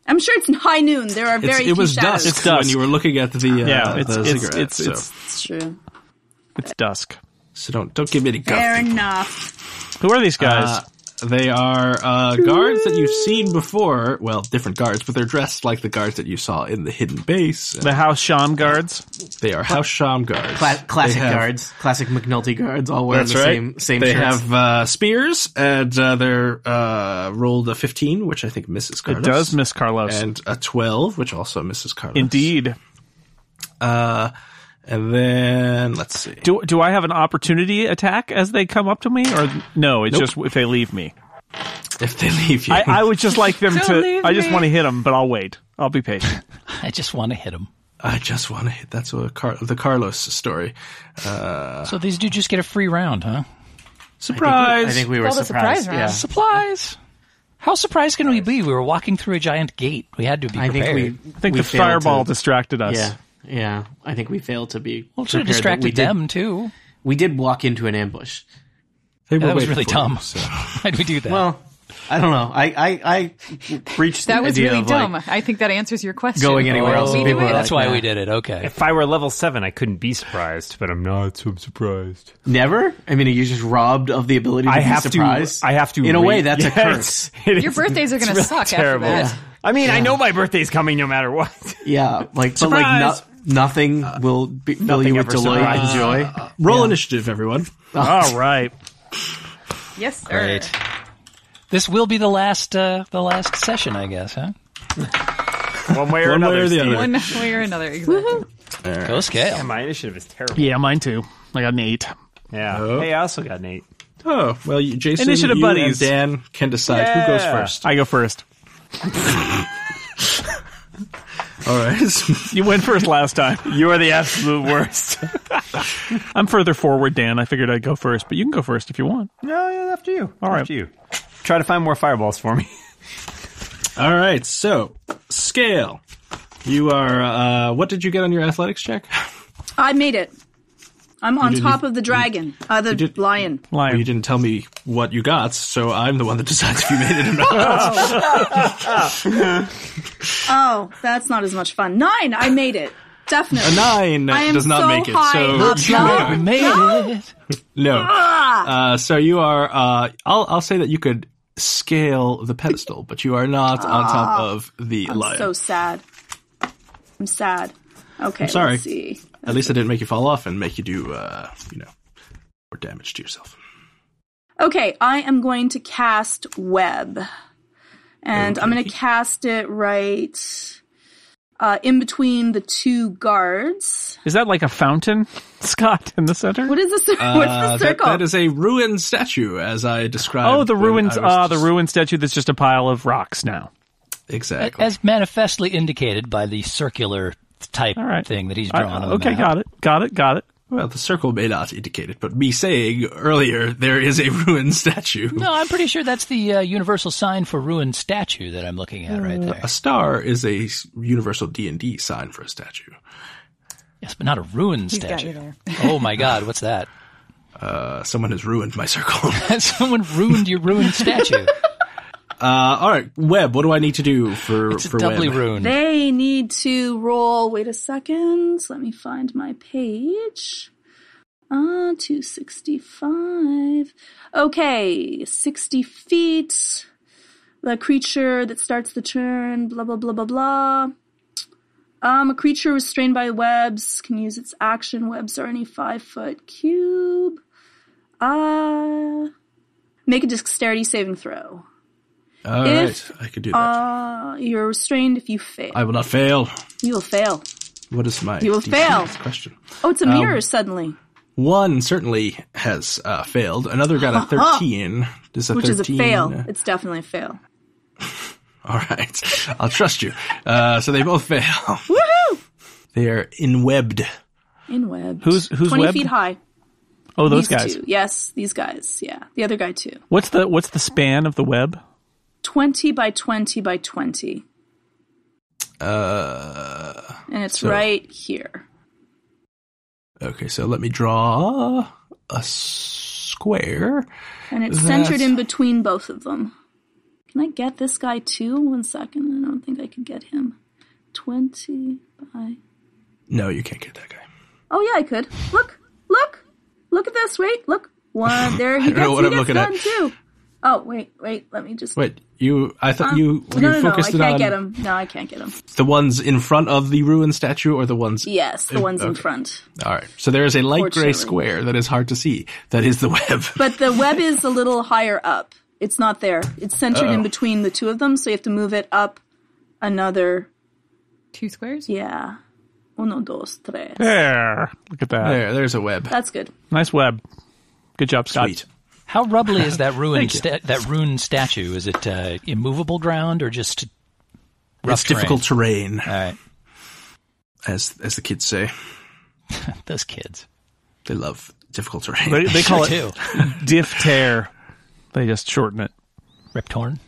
Speaker 5: I'm sure it's high noon. There are
Speaker 2: It's,
Speaker 5: very
Speaker 2: it
Speaker 5: few
Speaker 2: was
Speaker 5: shadows.
Speaker 2: dusk,
Speaker 1: It's
Speaker 2: when
Speaker 1: dusk.
Speaker 2: you were looking at the uh,
Speaker 1: Yeah, it's
Speaker 2: the
Speaker 1: it's
Speaker 2: cigarettes,
Speaker 1: it's,
Speaker 2: so.
Speaker 1: it's
Speaker 5: It's true.
Speaker 1: it's dusk.
Speaker 2: so don't don't give me any
Speaker 5: Fair
Speaker 2: guff.
Speaker 5: enough.
Speaker 1: Who are these guys?
Speaker 2: Uh, they are uh, guards that you've seen before. Well, different guards, but they're dressed like the guards that you saw in the hidden base.
Speaker 1: the House Sham guards.
Speaker 2: They are house sham guards,
Speaker 4: Cla- classic
Speaker 2: They have-
Speaker 4: guards, classic McNulty guards, all wearing
Speaker 2: That's
Speaker 4: the
Speaker 2: right.
Speaker 4: same same
Speaker 2: they
Speaker 4: shirts.
Speaker 2: have uh, spears, and uh, they're uh, rolled a fifteen, which I think misses Carlos.
Speaker 1: It does miss Carlos.
Speaker 2: and a 12, which also misses Carlos.
Speaker 1: Indeed.
Speaker 2: And then, let's see.
Speaker 1: Do do I have an opportunity attack as they come up to me, or no? It's
Speaker 2: Nope.
Speaker 1: just if they leave me.
Speaker 2: If they leave you.
Speaker 1: I, I would just like them
Speaker 6: Don't
Speaker 1: to.
Speaker 6: leave
Speaker 1: I just
Speaker 6: me.
Speaker 1: want to hit them, but I'll wait. I'll be patient.
Speaker 7: I just want to hit him.
Speaker 2: I just want to hit. That's what Car- the Carlos story.
Speaker 7: So these dudes just get a free round, huh?
Speaker 2: Surprise!
Speaker 4: I think we were
Speaker 6: Called a surprise
Speaker 4: surprised.
Speaker 6: round.
Speaker 4: yeah.
Speaker 7: Supplies. How surprised can we be? We were walking through a giant gate. We had to be
Speaker 4: I
Speaker 7: prepared.
Speaker 4: think we
Speaker 1: I think
Speaker 4: we
Speaker 1: the fireball
Speaker 4: To,
Speaker 1: distracted us.
Speaker 4: yeah, yeah. I think we failed to be.
Speaker 7: well, it should have
Speaker 4: prepared, but
Speaker 7: distracted
Speaker 4: we did-
Speaker 7: them too.
Speaker 4: We did walk into an ambush.
Speaker 2: They were
Speaker 7: that was
Speaker 2: waiting
Speaker 7: really
Speaker 2: for
Speaker 7: dumb.
Speaker 2: you, so.
Speaker 7: Why'd we do that?
Speaker 4: Well, I don't know. I I, I reached
Speaker 6: That
Speaker 4: the
Speaker 6: was
Speaker 4: idea
Speaker 6: really
Speaker 4: of,
Speaker 6: dumb.
Speaker 4: Like,
Speaker 6: I think that answers your question. Oh,
Speaker 4: going anywhere else.
Speaker 6: We
Speaker 4: and
Speaker 6: do
Speaker 4: people
Speaker 6: it.
Speaker 4: were
Speaker 7: that's
Speaker 4: like,
Speaker 7: why
Speaker 4: "Nah."
Speaker 7: we did it. Okay.
Speaker 3: If I were level seven, I couldn't be surprised, but I'm not, so I'm surprised.
Speaker 4: Never. I mean, are you just robbed of the ability to
Speaker 3: I
Speaker 4: be
Speaker 3: have
Speaker 4: surprised?
Speaker 3: to. I have to.
Speaker 4: In a
Speaker 3: re-
Speaker 4: way, that's a
Speaker 3: Yeah, it's-
Speaker 4: curse.
Speaker 3: it is-
Speaker 6: Your birthdays are
Speaker 3: it's
Speaker 6: going to
Speaker 3: really
Speaker 6: suck
Speaker 3: terrible.
Speaker 6: after that.
Speaker 3: I mean, I know my birthday's coming no matter what.
Speaker 4: Yeah, like but like no,
Speaker 3: Surprise!
Speaker 4: nothing will be, fill you with
Speaker 3: ever
Speaker 4: delight and joy.
Speaker 2: Roll initiative, everyone.
Speaker 1: All right.
Speaker 6: Yes, sir.
Speaker 7: This will be the last uh, the last session, I guess, huh?
Speaker 3: One way or
Speaker 2: One way
Speaker 3: another.
Speaker 2: or the
Speaker 3: Steve.
Speaker 2: other.
Speaker 6: One way or another. Exactly.
Speaker 7: Go scale.
Speaker 3: Yeah, my initiative is terrible. Yeah.
Speaker 1: Yeah, mine too. I got an eight.
Speaker 3: Hey, I also got an eight.
Speaker 2: Oh, well, you, Jason,
Speaker 1: Initiative
Speaker 2: you
Speaker 1: buddies.
Speaker 2: and Dan can decide who goes
Speaker 3: Yeah.
Speaker 2: first.
Speaker 1: I go first.
Speaker 2: All right.
Speaker 1: You went first last time. You are the absolute worst. I'm further forward, Dan. I figured I'd go first, but you can go first if you want.
Speaker 3: No, yeah, after you. All
Speaker 1: right.
Speaker 3: after you. Try to find more fireballs for me.
Speaker 2: All right, so, scale. You are, uh, what did you get on your athletics check?
Speaker 5: I made it. I'm on top of the dragon, uh, the
Speaker 2: did-
Speaker 5: lion.
Speaker 1: Lion.
Speaker 2: Well, you didn't tell me what you got, so I'm the one that decides if you made it or not.
Speaker 5: Oh, that's not as much fun. Nine, I made it. Definitely.
Speaker 2: Nine
Speaker 5: I am
Speaker 2: does not
Speaker 5: so
Speaker 2: make it.
Speaker 5: high
Speaker 2: so
Speaker 5: up.
Speaker 7: We
Speaker 5: No,
Speaker 7: made it.
Speaker 2: No.
Speaker 5: Ah!
Speaker 2: Uh, so you are. Uh, I'll I'll say that you could scale the pedestal, but you are not on top
Speaker 5: Ah.
Speaker 2: of the lion.
Speaker 5: so sad. I'm sad. Okay,
Speaker 2: sorry.
Speaker 5: let's see.
Speaker 2: At least I didn't make you fall off and make you do uh, you know more damage to yourself.
Speaker 5: Okay, I am going to cast web. And I'm going to cast it right uh, in between the two guards.
Speaker 1: Is that like a fountain, Scott, in the center?
Speaker 5: What is the cir-
Speaker 2: Uh,
Speaker 5: what's the
Speaker 2: that-
Speaker 5: circle?
Speaker 2: that is a ruined statue, as I described.
Speaker 1: Oh, the
Speaker 2: when
Speaker 1: ruins.
Speaker 2: I was
Speaker 1: Ah, the
Speaker 2: just-
Speaker 1: ruined statue that's just a pile of rocks now.
Speaker 2: Exactly.
Speaker 7: As manifestly indicated by the circular type
Speaker 1: All right.
Speaker 7: thing that he's
Speaker 1: I-
Speaker 7: drawn on the
Speaker 1: okay,
Speaker 7: map.
Speaker 1: got it. Got it. Got it.
Speaker 2: well, the circle may not indicate it, but me saying earlier there is a ruined statue.
Speaker 7: No, I'm pretty sure that's the uh, universal sign for ruined statue that I'm looking at right there.
Speaker 2: A star is a s- universal D and D sign for a statue.
Speaker 7: Yes, but not a ruined
Speaker 6: He's got
Speaker 7: statue.
Speaker 6: you there.
Speaker 7: oh my God, what's that?
Speaker 2: Uh, someone has ruined my circle.
Speaker 7: Someone ruined your ruined statue.
Speaker 2: Uh, all right, Webb. What do I need to do for
Speaker 7: It's
Speaker 2: for
Speaker 7: doubly
Speaker 2: Webb?
Speaker 7: ruined.
Speaker 5: They need to roll. Wait a second. Let me find my page. Uh, 265. Okay, 60 feet. The creature that starts the turn, blah, blah, blah, blah, blah. Um, a creature restrained by webs can use its action. Webs are any five foot cube. Uh, make a dexterity saving throw.
Speaker 2: All right,
Speaker 5: If-
Speaker 2: I could do that.
Speaker 5: Uh, you're restrained if you fail.
Speaker 2: I will not fail.
Speaker 5: You will fail.
Speaker 2: What is my
Speaker 5: You will
Speaker 2: DC
Speaker 5: fail.
Speaker 2: question?
Speaker 5: Oh, it's a mirror suddenly,
Speaker 2: One certainly has uh, failed. Another got a thirteen. Does a
Speaker 5: which is a
Speaker 2: thirteen?
Speaker 5: fail. It's definitely a fail.
Speaker 2: All right, I'll trust you. Uh, so they both fail.
Speaker 5: Woohoo!
Speaker 2: They are inwebbed.
Speaker 5: In web.
Speaker 1: Who's- who's
Speaker 5: twenty
Speaker 1: webbed?
Speaker 5: feet high?
Speaker 1: Oh, those
Speaker 5: these
Speaker 1: guys.
Speaker 5: two. Yes, these guys. Yeah, the other guy too.
Speaker 1: What's the what's the span of the web?
Speaker 5: Twenty by twenty by twenty,
Speaker 2: Uh,
Speaker 5: and it's
Speaker 2: So-
Speaker 5: right here.
Speaker 2: okay, so let me draw a square.
Speaker 5: And it's
Speaker 2: That's-
Speaker 5: centered in between both of them. Can I get this guy too? One second. I don't think I can get him. 20 by.
Speaker 2: No, you can't get that guy.
Speaker 5: Oh, yeah, I could. Look, look, look at this. Wait, look. One. There he
Speaker 2: I don't know
Speaker 5: gets,
Speaker 2: what
Speaker 5: he
Speaker 2: I'm
Speaker 5: gets
Speaker 2: looking at.
Speaker 5: done too. Oh, wait, wait. Let me just.
Speaker 2: Wait, you? I thought
Speaker 5: Uh,
Speaker 2: you
Speaker 5: no,
Speaker 2: you
Speaker 5: no, no. I
Speaker 2: focused
Speaker 5: can't
Speaker 2: it on
Speaker 5: get him. No, I can't get him.
Speaker 2: the ones in front of the ruined statue or the ones.
Speaker 5: Yes, the one's in
Speaker 2: okay.
Speaker 5: front.
Speaker 2: All right. So there is a light gray
Speaker 5: Fortunately.
Speaker 2: square that is hard to see. That is the web.
Speaker 5: But the web is a little higher up. It's not there. It's centered in between the two of them, so you have to move it up another.
Speaker 6: Two squares?
Speaker 5: Yeah. Uno, dos, tres.
Speaker 1: There. Look at that.
Speaker 2: There, there's a web.
Speaker 5: That's good.
Speaker 1: Nice web. Good job, Scott.
Speaker 2: Sweet.
Speaker 7: How rubbly is that ruined
Speaker 2: you.
Speaker 7: sta- that rune statue? Is it uh, immovable ground or just uh, rough
Speaker 2: It's difficult terrain,
Speaker 7: All right,
Speaker 2: as as the kids say.
Speaker 7: those kids.
Speaker 2: They love difficult terrain.
Speaker 1: They, they call
Speaker 7: Sure
Speaker 1: it
Speaker 7: do.
Speaker 1: diff tear. They just shorten it.
Speaker 7: Reptorn.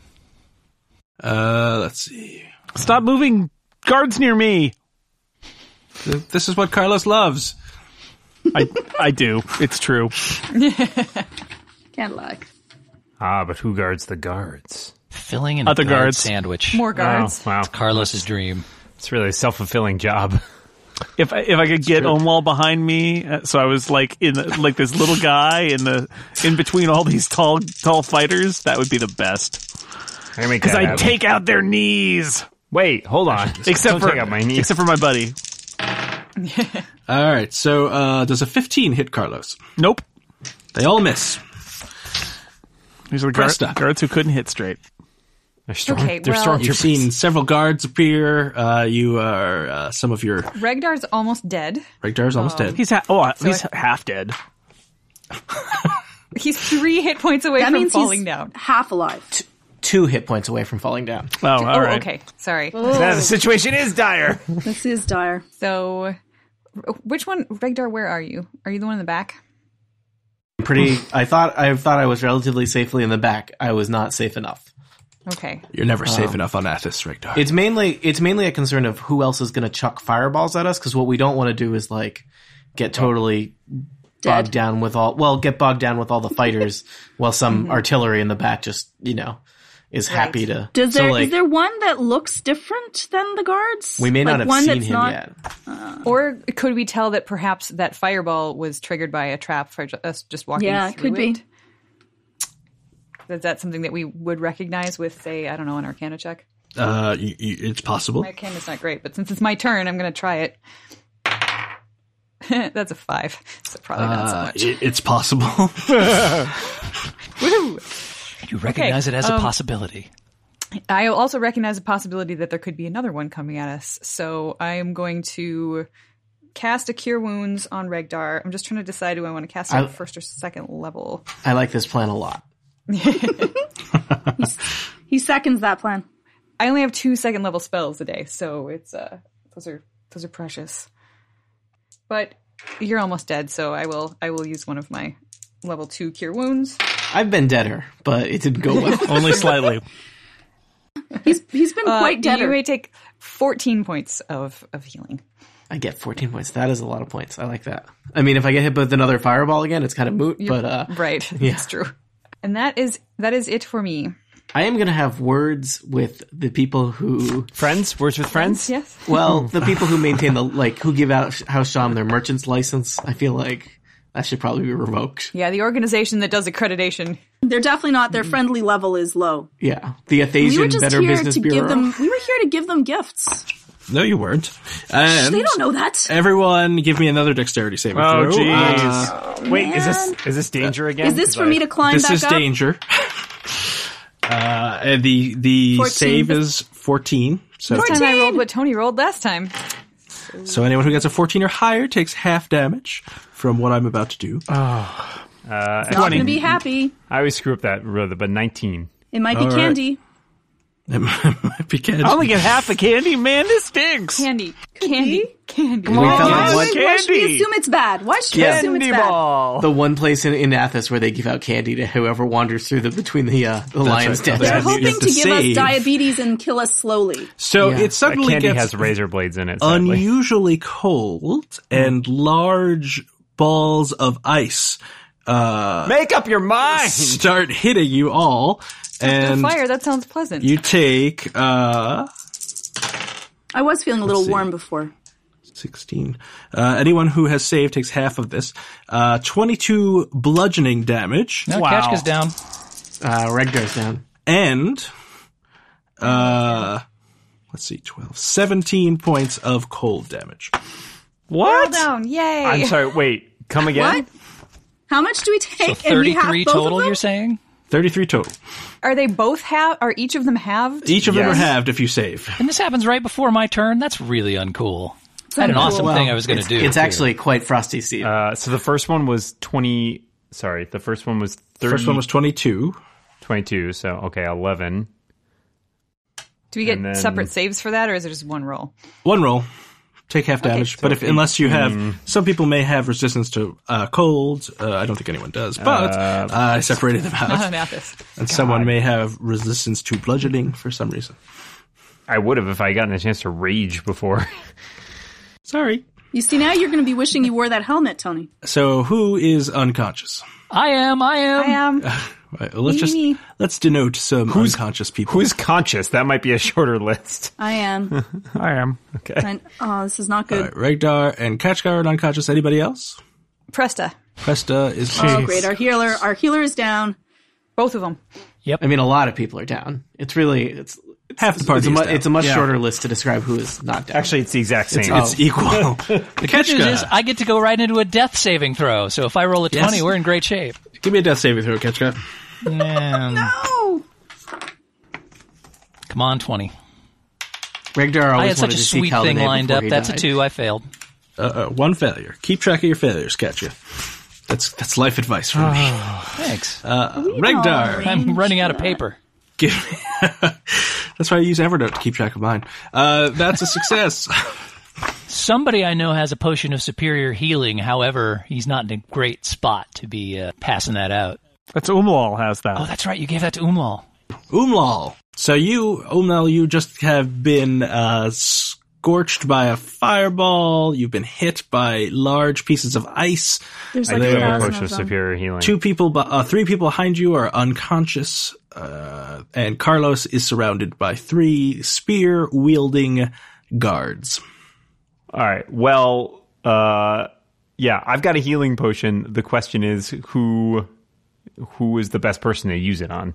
Speaker 2: Uh, let's see.
Speaker 1: Stop moving guards near me.
Speaker 2: Th- This is what Carlos loves.
Speaker 1: I I do. It's true.
Speaker 5: Can't lie.
Speaker 3: Ah, but who guards the guards?
Speaker 7: Filling an
Speaker 1: Other
Speaker 7: other
Speaker 1: guards.
Speaker 7: guard sandwich.
Speaker 6: More guards.
Speaker 3: Wow, wow.
Speaker 7: It's Carlos's dream.
Speaker 3: It's really a self fulfilling job.
Speaker 1: If I, if I could get Omwal behind me, uh, so I was like in the, like this little guy in the in between all these tall tall fighters, that would be the best. Because I take out their knees,
Speaker 3: Wait, hold on.
Speaker 1: except
Speaker 3: Don't
Speaker 1: for
Speaker 3: take out my knee.
Speaker 1: except for my buddy.
Speaker 2: All right. So, uh, does a 15 hit Carlos?
Speaker 1: Nope.
Speaker 2: They all miss.
Speaker 1: These are the guard,
Speaker 2: Pressed up.
Speaker 1: guards who couldn't hit straight.
Speaker 3: they're storm,
Speaker 6: Okay,
Speaker 3: they're
Speaker 6: well-
Speaker 3: stormtroopers.
Speaker 2: You've seen several guards appear. Uh, you are uh, some of your
Speaker 6: Regdar's almost dead.
Speaker 2: Regdar's almost dead.
Speaker 1: He's ha- oh he's
Speaker 6: I-
Speaker 1: half dead.
Speaker 6: He's three hit points away
Speaker 5: That
Speaker 6: from
Speaker 5: means
Speaker 6: falling
Speaker 5: he's
Speaker 6: down.
Speaker 5: half alive.
Speaker 4: Two hit points away from falling down.
Speaker 1: Oh, all right.
Speaker 6: oh, okay. Sorry.
Speaker 5: Oh.
Speaker 3: Yeah, the situation is dire.
Speaker 5: This is dire.
Speaker 6: So, r- which one, Regdar? Where are you? Are you the one in the back?
Speaker 4: I'm pretty. I thought I thought I was relatively safely in the back. I was not safe enough.
Speaker 6: Okay.
Speaker 2: You're never safe enough on Athos, Regdar.
Speaker 4: It's mainly it's mainly a concern of who else is going to chuck fireballs at us because what we don't want to do is like get totally bogged
Speaker 5: Dead.
Speaker 4: down with all well get bogged down with all the fighters while some
Speaker 5: Mm-hmm.
Speaker 4: artillery in the back just you know is happy to.
Speaker 5: Does
Speaker 4: so,
Speaker 5: there is
Speaker 4: like,
Speaker 5: there one that looks different than the guards?
Speaker 4: we may
Speaker 5: Like,
Speaker 4: not have
Speaker 5: one
Speaker 4: seen
Speaker 5: that's
Speaker 4: him
Speaker 5: not-
Speaker 4: yet.
Speaker 6: Or could we tell that perhaps that fireball was triggered by a trap for ju- us just walking?
Speaker 5: Yeah, it
Speaker 6: through
Speaker 5: could be.
Speaker 6: it? Is that something that we would recognize with, say, I don't know, an Arcana check?
Speaker 2: uh, y y it's possible.
Speaker 6: My Arcana's not great, but since it's my turn, I'm going to try it. That's a five, so probably not so
Speaker 2: Uh,
Speaker 6: much.
Speaker 2: it, it's possible.
Speaker 6: Woo!
Speaker 7: You recognize it as a possibility.
Speaker 6: I also recognize the possibility that there could be another one coming at us, so I am going to cast a Cure Wounds on Regdar. I'm just trying to decide do I want to cast it
Speaker 4: I-
Speaker 6: at first or second level.
Speaker 4: I like this plan a lot.
Speaker 5: He seconds that plan.
Speaker 6: I only have two second level spells a day, so it's uh those are those are precious. But you're almost dead, so I will I will use one of my level two Cure Wounds.
Speaker 4: I've been deader, but it didn't go well.
Speaker 1: Only slightly.
Speaker 5: He's he's been quite
Speaker 6: Uh, You
Speaker 5: dead.
Speaker 6: may take 14 points of of healing.
Speaker 4: I get 14 points. That is a lot of points. I like that. I mean, if I get hit with another fireball again, it's kind of moot, but uh,
Speaker 6: Right. That's true. And that is that is it for me.
Speaker 4: I am going to have words with the people who,
Speaker 3: Friends? Words with friends?
Speaker 6: Yes.
Speaker 4: well, the people who maintain the, like, who give out House Sham their merchant's license. I feel like that should probably be revoked.
Speaker 6: Yeah, the organization that does accreditation.
Speaker 5: They're definitely not. Their friendly level is low.
Speaker 4: Yeah.
Speaker 5: We
Speaker 4: The
Speaker 5: were
Speaker 4: Athasian
Speaker 5: just
Speaker 4: Mm. Better
Speaker 5: here
Speaker 4: Business
Speaker 5: to
Speaker 4: Bureau.
Speaker 5: give them. We were here to give them gifts.
Speaker 2: no, you weren't. And
Speaker 5: They don't know that.
Speaker 2: everyone, give me another dexterity saving
Speaker 1: Oh,
Speaker 2: throw.
Speaker 1: jeez.
Speaker 2: Uh,
Speaker 3: Wait, is this is this danger again?
Speaker 5: Is this for me to climb
Speaker 2: this
Speaker 5: back
Speaker 2: is
Speaker 5: up?
Speaker 2: danger. Uh, and the the
Speaker 5: 14.
Speaker 2: save is fourteen. So
Speaker 6: This time I rolled what Tony rolled last time.
Speaker 2: so anyone who gets a fourteen or higher takes half damage from what I'm about to do.
Speaker 3: Uh,
Speaker 5: Not going to be happy.
Speaker 3: I always screw up that rhythm, but 19.
Speaker 5: It might be
Speaker 2: All right.
Speaker 5: candy.
Speaker 2: it might be good.
Speaker 1: I only get half the candy, man. This stinks.
Speaker 6: Candy, candy, candy.
Speaker 4: We found
Speaker 5: Why,
Speaker 4: the
Speaker 5: would,
Speaker 4: one,
Speaker 5: why should we
Speaker 1: Candy.
Speaker 5: assume it's bad? Why should we assume it's
Speaker 1: Candy
Speaker 5: bad?
Speaker 1: ball.
Speaker 4: the one place in, in Athens where they give out candy to whoever wanders through the between the uh, the lion's
Speaker 2: right,
Speaker 4: den.
Speaker 2: that's
Speaker 5: They're
Speaker 2: Yes, right. you
Speaker 5: hoping
Speaker 2: have
Speaker 5: to,
Speaker 2: to
Speaker 5: give
Speaker 2: save.
Speaker 5: us diabetes and kill us slowly.
Speaker 2: So
Speaker 4: Yeah.
Speaker 2: it
Speaker 3: That
Speaker 2: suddenly
Speaker 3: candy
Speaker 2: gets
Speaker 3: has razor blades in it. Sadly.
Speaker 2: unusually cold,
Speaker 3: Mm.
Speaker 2: and large balls of ice uh,
Speaker 3: Make up your mind.
Speaker 2: start hitting you all,
Speaker 6: After
Speaker 2: and
Speaker 6: fire, that sounds pleasant.
Speaker 2: you take uh,
Speaker 5: I was feeling a little warm before.
Speaker 2: 16. Uh, anyone who has saved takes half of this. Uh, 22 bludgeoning damage.
Speaker 7: Now
Speaker 1: Wow.
Speaker 7: Kashka's down.
Speaker 4: Uh, Regdar's down.
Speaker 2: And, uh, let's see, 12. 17 points of cold damage.
Speaker 6: Roll
Speaker 1: What?
Speaker 6: down, yay!
Speaker 3: I'm sorry. Wait, come again?
Speaker 5: What? How much do we take?
Speaker 7: So
Speaker 5: and we have
Speaker 7: 33
Speaker 5: both of
Speaker 7: total,
Speaker 5: them?
Speaker 7: you're saying?
Speaker 2: 33 total.
Speaker 6: Are they both half? Are each of them halved?
Speaker 2: Each of them
Speaker 3: Yes.
Speaker 2: are halved if you save.
Speaker 7: And this happens right before my turn? That's really uncool. I had an
Speaker 5: uncool.
Speaker 7: awesome thing I was going to do.
Speaker 4: It's actually quite frosty, Steve.
Speaker 3: Uh, so the first one was 20. Sorry, the first one was 30,
Speaker 2: First one was 22.
Speaker 3: 22. So okay, 11.
Speaker 6: Do we get
Speaker 3: And then-
Speaker 6: separate saves for that, or is it just one roll?
Speaker 2: One roll. Take half damage, but if unless you have, some people may have resistance to uh, cold. Uh, I don't think anyone does, but uh, I separated them
Speaker 6: I
Speaker 2: out,
Speaker 6: don't know this.
Speaker 2: and someone may have resistance to bludgeoning for some reason.
Speaker 3: I would have if I had gotten a chance to rage before.
Speaker 2: Sorry.
Speaker 5: You see, now you're going to be wishing you wore that helmet, Tony.
Speaker 2: So who is unconscious?
Speaker 7: I am, I am.
Speaker 6: I am.
Speaker 2: All right, let's
Speaker 6: Me,
Speaker 2: just
Speaker 6: me.
Speaker 2: let's denote some unconscious people.
Speaker 3: Who's conscious? That might be a shorter list.
Speaker 5: I am.
Speaker 1: I am.
Speaker 5: And, oh, this is not good.
Speaker 2: All right, Regdar and Kachgar are unconscious. Anybody else?
Speaker 6: Presta,
Speaker 2: Presta is
Speaker 5: Oh, great. Our healer, our healer is down.
Speaker 6: both of them.
Speaker 4: I mean, a lot of people are down. It's really it's
Speaker 2: half the party.
Speaker 4: it's a,
Speaker 2: is
Speaker 4: mu-
Speaker 2: down.
Speaker 4: it's a much shorter list to describe who is not down.
Speaker 3: Actually, it's the exact same.
Speaker 2: it's equal. the
Speaker 7: Good news is
Speaker 2: Kachgar,
Speaker 7: I get to go right into a death saving throw. So if I roll a 20, we're in great shape.
Speaker 2: give me a death saving throw, Kachgar.
Speaker 7: Man.
Speaker 5: Oh,
Speaker 7: Come on, 20.
Speaker 4: Regdar always
Speaker 7: I had such
Speaker 4: wanted
Speaker 7: a
Speaker 4: to see
Speaker 7: sweet
Speaker 4: Kaldane
Speaker 7: thing lined
Speaker 4: before
Speaker 7: up.
Speaker 4: he
Speaker 7: That's a
Speaker 4: died.
Speaker 7: 2. I failed.
Speaker 2: Uh, uh, one failure. Keep track of your failures, Katya. That's that's life advice for me.
Speaker 7: Thanks. Uh,
Speaker 4: Ah.
Speaker 2: Regdar,
Speaker 7: I'm running out of paper.
Speaker 2: give me. that's why I use Evernote to keep track of mine. Uh, that's a success.
Speaker 7: Somebody I know has a potion of superior healing. However, he's not in a great spot to be uh, passing that out.
Speaker 1: That's Umlal has that.
Speaker 7: Oh, that's right. You gave that to Umlal.
Speaker 2: Umlal. So you, Umlal, you just have been uh, scorched by a fireball. You've been hit by large pieces of ice.
Speaker 5: there's
Speaker 3: I
Speaker 5: like
Speaker 3: do
Speaker 5: a
Speaker 3: have a
Speaker 5: thousand
Speaker 3: potion
Speaker 5: of
Speaker 3: of
Speaker 5: them.
Speaker 3: superior healing.
Speaker 2: Two people, be- uh, three people behind you are unconscious, uh, and Carlos is surrounded by three spear wielding guards.
Speaker 3: All right. Well, uh, yeah, I've got a healing potion. The question is who who is the best person to use it on?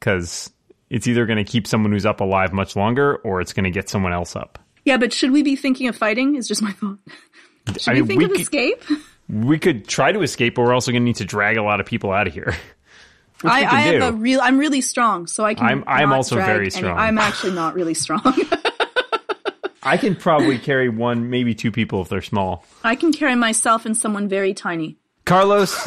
Speaker 3: Because it's either going to keep someone who's up alive much longer, or it's going to get someone else up.
Speaker 5: Yeah, but should we be thinking of fighting? Is just my thought. Should
Speaker 3: I
Speaker 5: we
Speaker 3: mean,
Speaker 5: think
Speaker 3: we
Speaker 5: of
Speaker 3: could-
Speaker 5: escape?
Speaker 3: We could try to escape, but we're also going to need to drag a lot of people out of here.
Speaker 5: I,
Speaker 3: can
Speaker 5: I have
Speaker 3: do.
Speaker 5: a real. I'm really strong, so I can.
Speaker 3: I'm- I'm
Speaker 5: not
Speaker 3: also
Speaker 5: drag
Speaker 3: very
Speaker 5: any-
Speaker 3: strong.
Speaker 5: I'm actually not really strong.
Speaker 3: I can probably carry one, maybe two people if they're small.
Speaker 5: I can carry myself and someone very tiny.
Speaker 3: Carlos,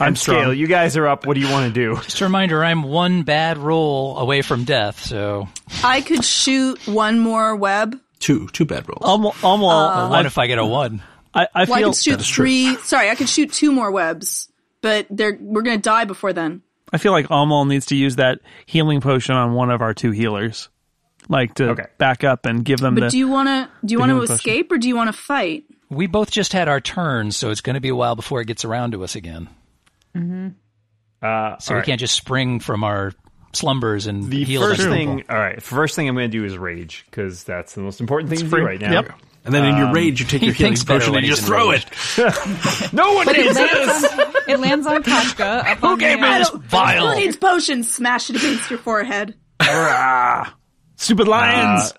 Speaker 3: I'm scale.
Speaker 1: strong.
Speaker 3: You guys are up. What do you want to do?
Speaker 7: Just a reminder, I'm one bad roll away from death. So
Speaker 5: I could shoot one more web.
Speaker 2: Two, two bad rolls.
Speaker 7: Oh.
Speaker 1: Um,
Speaker 5: Uh,
Speaker 1: Umlal,
Speaker 7: what if I get a one?
Speaker 1: I, I
Speaker 5: Well, I
Speaker 1: feel
Speaker 5: could shoot three. Sorry, I could shoot two more webs, but they're we're gonna die before then.
Speaker 1: I feel like Umlal needs to use that healing potion on one of our two healers, like to
Speaker 3: Okay.
Speaker 1: back up and give them
Speaker 5: But
Speaker 1: the.
Speaker 5: do you want to? Do you want to
Speaker 1: human question.
Speaker 5: escape or do you want to fight?
Speaker 7: We both just had our turns, so it's going to be a while before it gets around to us again.
Speaker 3: Uh, all
Speaker 7: So we
Speaker 3: right.
Speaker 7: can't just spring from our slumbers and
Speaker 3: The
Speaker 7: heal
Speaker 3: first
Speaker 7: other people.
Speaker 3: thing, all right. First thing I'm going to do is rage because that's the most important thing to do right now.
Speaker 1: Yep.
Speaker 2: And then in your rage, you take
Speaker 7: Um, he
Speaker 2: your healing
Speaker 7: thinks better
Speaker 2: potion
Speaker 7: when
Speaker 2: and you
Speaker 7: he's
Speaker 2: just throw
Speaker 7: enraged.
Speaker 2: it.
Speaker 3: No one
Speaker 6: It
Speaker 3: needs
Speaker 6: lands on, it lands on Kafka. Up on
Speaker 7: gave
Speaker 6: the,
Speaker 7: me
Speaker 6: uh,
Speaker 7: this vile?
Speaker 5: Who needs potions? Smash
Speaker 1: Uh,
Speaker 5: it against your forehead.
Speaker 1: Stupid lions.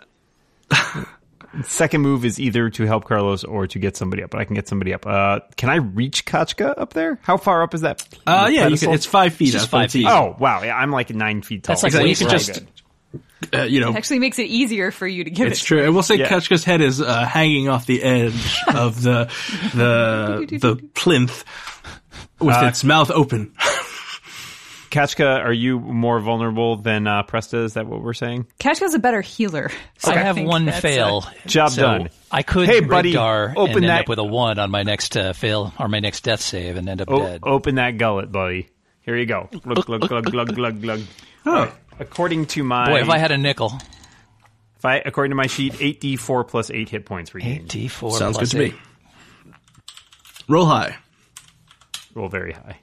Speaker 3: Uh, Second move is either to help Carlos or to get somebody up, but I can get somebody up. Uh, can I reach Kachka up there? How far up is that?
Speaker 2: Uh,
Speaker 3: the
Speaker 2: yeah, you
Speaker 3: pedestal?
Speaker 2: can, it's five feet.
Speaker 7: just
Speaker 2: up, but
Speaker 7: five
Speaker 2: it's
Speaker 7: feet.
Speaker 2: easy.
Speaker 3: Oh wow, yeah, I'm like nine feet tall.
Speaker 7: That's like
Speaker 3: so
Speaker 2: you
Speaker 3: it's
Speaker 2: could
Speaker 3: really
Speaker 2: just-
Speaker 3: good.
Speaker 2: Uh, you know,
Speaker 6: Actually, makes it easier for you to give
Speaker 2: It's
Speaker 6: it.
Speaker 2: true. And we'll say
Speaker 3: Yeah.
Speaker 2: Kachka's head is uh, hanging off the edge of the the the plinth with
Speaker 7: Uh,
Speaker 2: its mouth open.
Speaker 3: Kachka, are you more vulnerable than uh, Presta? Is that what we're saying?
Speaker 6: Kashka's a better healer. So
Speaker 7: I have
Speaker 6: think
Speaker 7: one
Speaker 6: that's, uh,
Speaker 7: fail.
Speaker 3: Job
Speaker 7: So
Speaker 3: done.
Speaker 7: I could
Speaker 3: Hey,
Speaker 7: red
Speaker 3: buddy,
Speaker 7: dar
Speaker 3: open
Speaker 7: and end
Speaker 3: that-
Speaker 7: up with a one on my next uh, fail or my next death save and end up
Speaker 3: O-
Speaker 7: dead.
Speaker 3: open that gullet, buddy. Here you go. Glug glug glug glug glug glug.
Speaker 2: Oh,
Speaker 3: According to my
Speaker 7: Boy, if I had a nickel,
Speaker 3: if I- according to my sheet, eight d four plus eight hit points regained.
Speaker 7: D four
Speaker 2: sounds good to me. Roll high.
Speaker 3: Roll very high.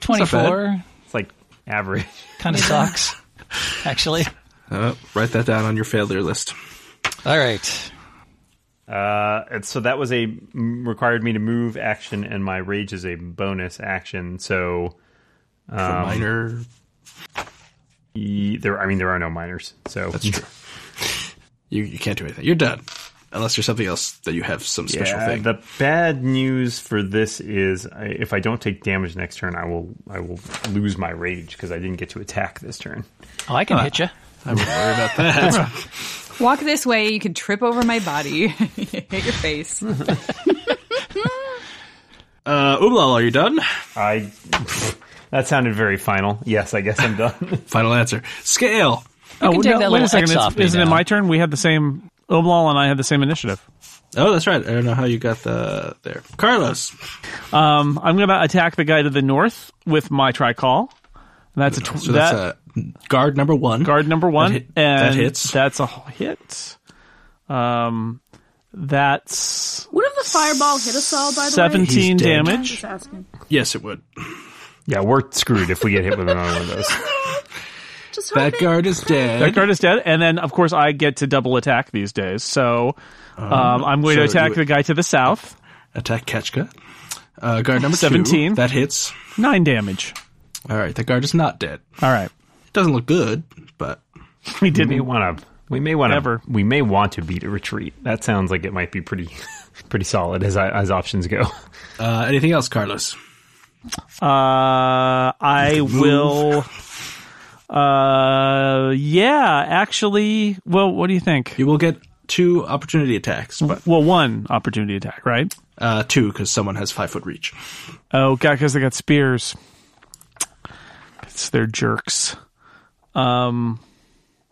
Speaker 7: Twenty four
Speaker 3: It's like average.
Speaker 7: kind of sucks, actually.
Speaker 2: Uh, write that down on your failure list.
Speaker 7: All right,
Speaker 3: Uh, and so that was a m- required me to move action, and my rage is a bonus action. So
Speaker 2: For minor.
Speaker 3: e- there, I mean, there are no minors. So
Speaker 2: That's true. you you can't do anything. You're done. Unless there's something else that you have some special
Speaker 3: Yeah,
Speaker 2: thing.
Speaker 3: The bad news for this is I, if I don't take damage next turn, I will I will lose my rage because I didn't get to attack this turn.
Speaker 7: oh, I can hit you.
Speaker 2: I wouldn't worry about that.
Speaker 6: Walk this way. You can trip over my body. Hit your face.
Speaker 2: Uh, Ublal, are you done?
Speaker 3: I that sounded very final. Yes, I guess I'm done.
Speaker 2: Final answer. Scale.
Speaker 1: Oh,
Speaker 7: can take that
Speaker 1: wait
Speaker 7: little
Speaker 1: a second.
Speaker 7: X
Speaker 1: It's-
Speaker 7: off me
Speaker 1: Isn't it
Speaker 7: now.
Speaker 1: my turn? We had the same. Oblal and I had the same initiative.
Speaker 2: Oh, that's right. I don't know how you got the there. Carlos.
Speaker 1: Um, I'm going to attack the guy to the north with my tricall. And that's a tw-
Speaker 2: So
Speaker 1: that,
Speaker 2: that's uh, guard number one.
Speaker 1: guard number one,
Speaker 2: hit-
Speaker 1: and
Speaker 2: that hits.
Speaker 1: That's a hit. Um, that's
Speaker 5: Would have the fireball hit us all, Oh, by the way?
Speaker 1: seventeen
Speaker 2: He's dead.
Speaker 5: I'm
Speaker 1: damage.
Speaker 5: just asking.
Speaker 2: Yes, it would.
Speaker 3: yeah, we're screwed if we get hit with another one of those.
Speaker 5: Just
Speaker 2: That
Speaker 5: hoping-
Speaker 2: guard is dead.
Speaker 1: That guard is dead, and then of course I get to double attack these days. So um, I'm going to
Speaker 2: Uh-huh. so
Speaker 1: attack
Speaker 2: you-
Speaker 1: the guy to the south.
Speaker 2: Attack Ketchka. Uh, guard number
Speaker 1: 17.
Speaker 2: Two, that hits.
Speaker 1: Nine damage.
Speaker 2: All right, that guard is not dead.
Speaker 1: All right,
Speaker 2: It doesn't look good, but
Speaker 1: we
Speaker 3: We may
Speaker 1: didn't.
Speaker 3: want to. We may want to.
Speaker 1: Ever.
Speaker 3: We may want to beat a retreat. That sounds like it might be pretty, pretty solid as I, as options go.
Speaker 2: uh, anything else, Carlos? Mm-hmm.
Speaker 1: Uh, I will. Uh, yeah, actually, well, what do you think?
Speaker 2: You will get two opportunity attacks, but
Speaker 1: Well, one opportunity attack, right?
Speaker 2: uh, two because someone has five foot reach.
Speaker 1: Oh god, because they got spears. It's they're jerks. Um,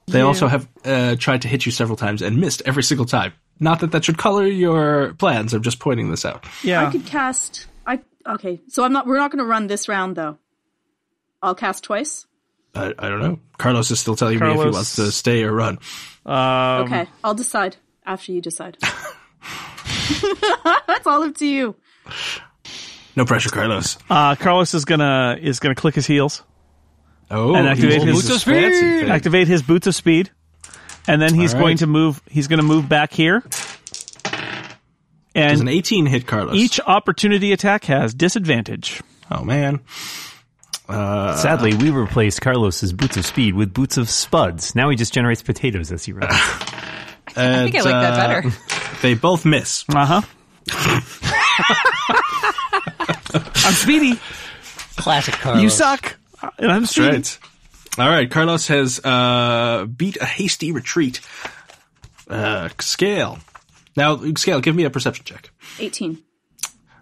Speaker 2: They also have uh, tried to hit you several times and missed every single time. Not that that should color your plans. I'm just pointing this out.
Speaker 1: yeah.
Speaker 5: I could cast. I okay. So I'm not. We're not going to run this round though. I'll cast twice.
Speaker 2: I, I don't know. Carlos is still telling me if he
Speaker 1: Carlos-
Speaker 2: wants to stay or run.
Speaker 5: okay, I'll decide after you decide. That's all up to you.
Speaker 2: No pressure, Carlos.
Speaker 1: Uh, Carlos is gonna is gonna click his heels,
Speaker 2: Oh,
Speaker 1: And activate
Speaker 2: he
Speaker 1: his-
Speaker 2: uses fancy thing.
Speaker 1: activate his boots of speed, and then he's
Speaker 2: All right.
Speaker 1: going to move. He's going to move back here,
Speaker 2: Does an
Speaker 1: and
Speaker 2: 18 hit Carlos?
Speaker 1: each opportunity attack has disadvantage.
Speaker 2: Oh man.
Speaker 3: Sadly, we replaced Carlos's boots of speed with boots of spuds. Now he just generates potatoes as he runs.
Speaker 6: I think I like
Speaker 2: uh,
Speaker 6: that better.
Speaker 2: They both miss.
Speaker 1: Uh huh. I'm speedy.
Speaker 7: Classic Carlos.
Speaker 1: You suck. And I'm speedy.
Speaker 2: Right. All right. Carlos has uh, beat a hasty retreat. Uh, scale. Now, scale. Give me a perception check.
Speaker 5: Eighteen.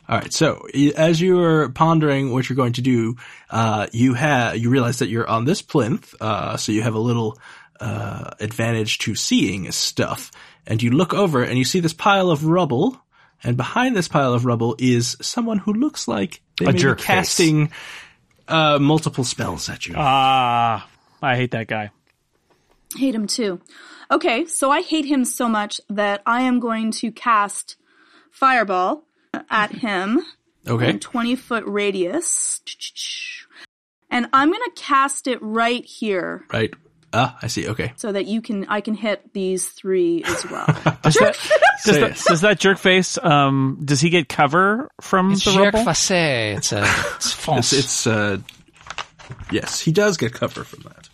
Speaker 2: All right. So, y- as you're pondering what you're going to do, uh, you have you realize that you're on this plinth, uh, so you have a little uh, advantage to seeing stuff. And you look over and you see this pile of rubble, and behind this pile of rubble is someone who looks like they
Speaker 3: A
Speaker 2: may
Speaker 3: jerk
Speaker 2: be
Speaker 3: face.
Speaker 2: casting uh, multiple spells at you.
Speaker 3: Uh,
Speaker 1: Ah, I hate that guy.
Speaker 5: Hate him too. Okay, so I hate him so much that I am going to cast fireball at him.
Speaker 2: okay.
Speaker 5: in 20 foot radius. And I'm going to cast it right here
Speaker 2: Right. Ah, I see. Okay.
Speaker 5: so that you can I can hit these three as well.
Speaker 2: Say
Speaker 1: Does that, does that jerk face? Um, does he get cover from
Speaker 7: It's
Speaker 1: the
Speaker 7: Jacques
Speaker 1: rubble?
Speaker 7: Fassé. It's a it's
Speaker 2: It's,
Speaker 7: France.
Speaker 2: it's uh, yes, he does get cover from that.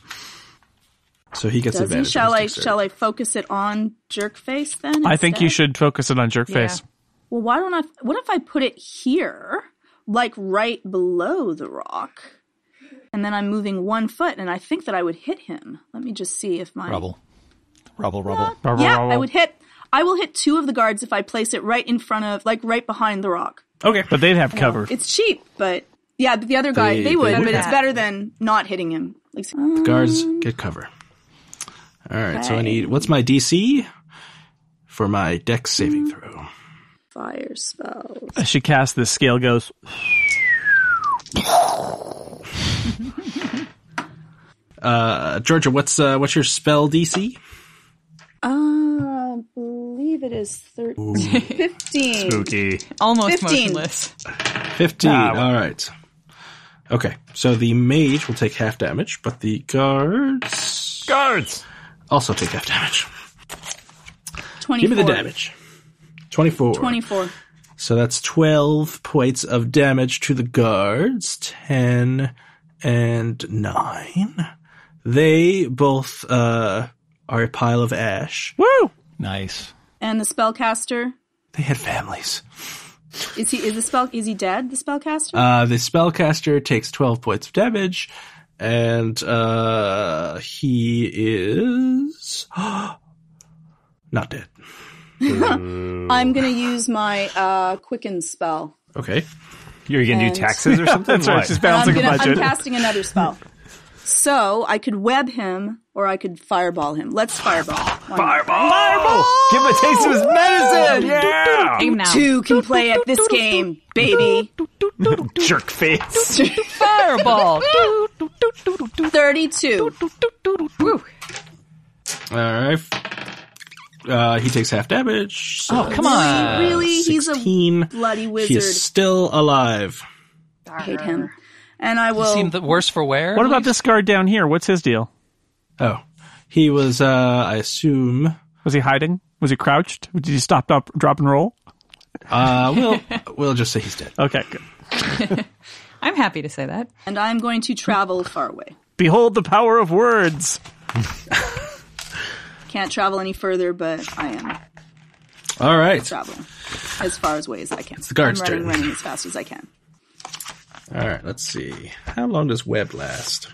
Speaker 2: So he gets
Speaker 5: Does he?
Speaker 2: advantage. on
Speaker 5: Shall I
Speaker 2: his dex save.
Speaker 5: shall I focus it on jerk face then?
Speaker 1: I think you
Speaker 5: instead?
Speaker 1: should focus it on jerk face.
Speaker 5: Well, why don't I? What if I put it here, like right below the rock, and then I'm moving one foot, and I think that I would hit him. Let me just see if my
Speaker 7: Rubble. Rubble, rubble.
Speaker 1: Rubble,
Speaker 5: yeah,
Speaker 1: rubble.
Speaker 5: I would hit. I will hit two of the guards if I place it right in front of, like right behind the rock.
Speaker 1: Okay, but they'd have cover.
Speaker 5: It's cheap, but yeah, but the other guy
Speaker 2: They-
Speaker 5: they, would,
Speaker 2: they
Speaker 5: but
Speaker 2: would
Speaker 5: it's
Speaker 6: have-
Speaker 5: better than not hitting him. Like,
Speaker 2: Guards, get cover. All right, so I need what's my DC for my dex saving throw?
Speaker 5: fire spells.
Speaker 1: She casts this scale, goes,
Speaker 2: Uh, Georgia, what's uh, what's your spell DC?
Speaker 5: Uh, I believe it is 13, 15.
Speaker 3: Spooky.
Speaker 6: Almost
Speaker 5: 15.
Speaker 6: motionless.
Speaker 2: Fifteen. All right. Okay, so the mage will take half damage, but the guards
Speaker 3: Guards.
Speaker 2: also take half damage.
Speaker 5: 24.
Speaker 2: Give me the damage. Twenty-four.
Speaker 5: 24.
Speaker 2: So that's 12 points of damage to the guards, 10 and 9. They both uh, are a pile of ash.
Speaker 1: "Woo!"
Speaker 7: Nice.
Speaker 5: And the spellcaster
Speaker 2: They had families.
Speaker 5: is he is the spell is he dead? The spellcaster.
Speaker 2: Uh, the spellcaster takes 12 points of damage, and uh, he is not dead.
Speaker 5: I'm gonna use my uh, quicken spell.
Speaker 2: Okay.
Speaker 3: You're going to
Speaker 5: And-
Speaker 3: do taxes or something?
Speaker 1: That's right.
Speaker 3: What?
Speaker 1: She's balancing
Speaker 5: I'm,
Speaker 1: a
Speaker 5: gonna, I'm
Speaker 1: budget.
Speaker 5: casting another spell. So I could web him or I could fireball him. Let's fireball. Why not?
Speaker 3: Oh, give him a taste of his
Speaker 7: Oh,
Speaker 3: medicine. Yeah.
Speaker 6: Aim now.
Speaker 5: Two can play at this game, baby.
Speaker 3: Jerk face.
Speaker 6: Fireball.
Speaker 5: 32.
Speaker 6: Woo.
Speaker 2: All right. Uh, he takes half damage. So
Speaker 7: Oh, come on.
Speaker 5: Really? He's a
Speaker 2: 16.
Speaker 5: bloody
Speaker 2: Uh, He is
Speaker 5: wizard.
Speaker 2: still alive.
Speaker 5: I hate him. And I will.
Speaker 7: Seemed the worse for wear.
Speaker 1: What about this guard down here? What's his deal?
Speaker 2: Oh, he was. uh I assume.
Speaker 1: Was he hiding? Was he crouched? Did he stop, up, drop, and roll?
Speaker 2: Uh, we'll we'll just say he's dead.
Speaker 1: Okay, good.
Speaker 6: I'm happy to say that.
Speaker 5: and I'm going to travel far away.
Speaker 1: Behold the power of words.
Speaker 5: Can't travel any further, but I am
Speaker 2: All right,
Speaker 5: traveling as far as away as I can. It's
Speaker 2: the guard's
Speaker 5: I'm running,
Speaker 2: turn.
Speaker 5: running as fast as I can.
Speaker 2: all right. Let's see. How long does web last?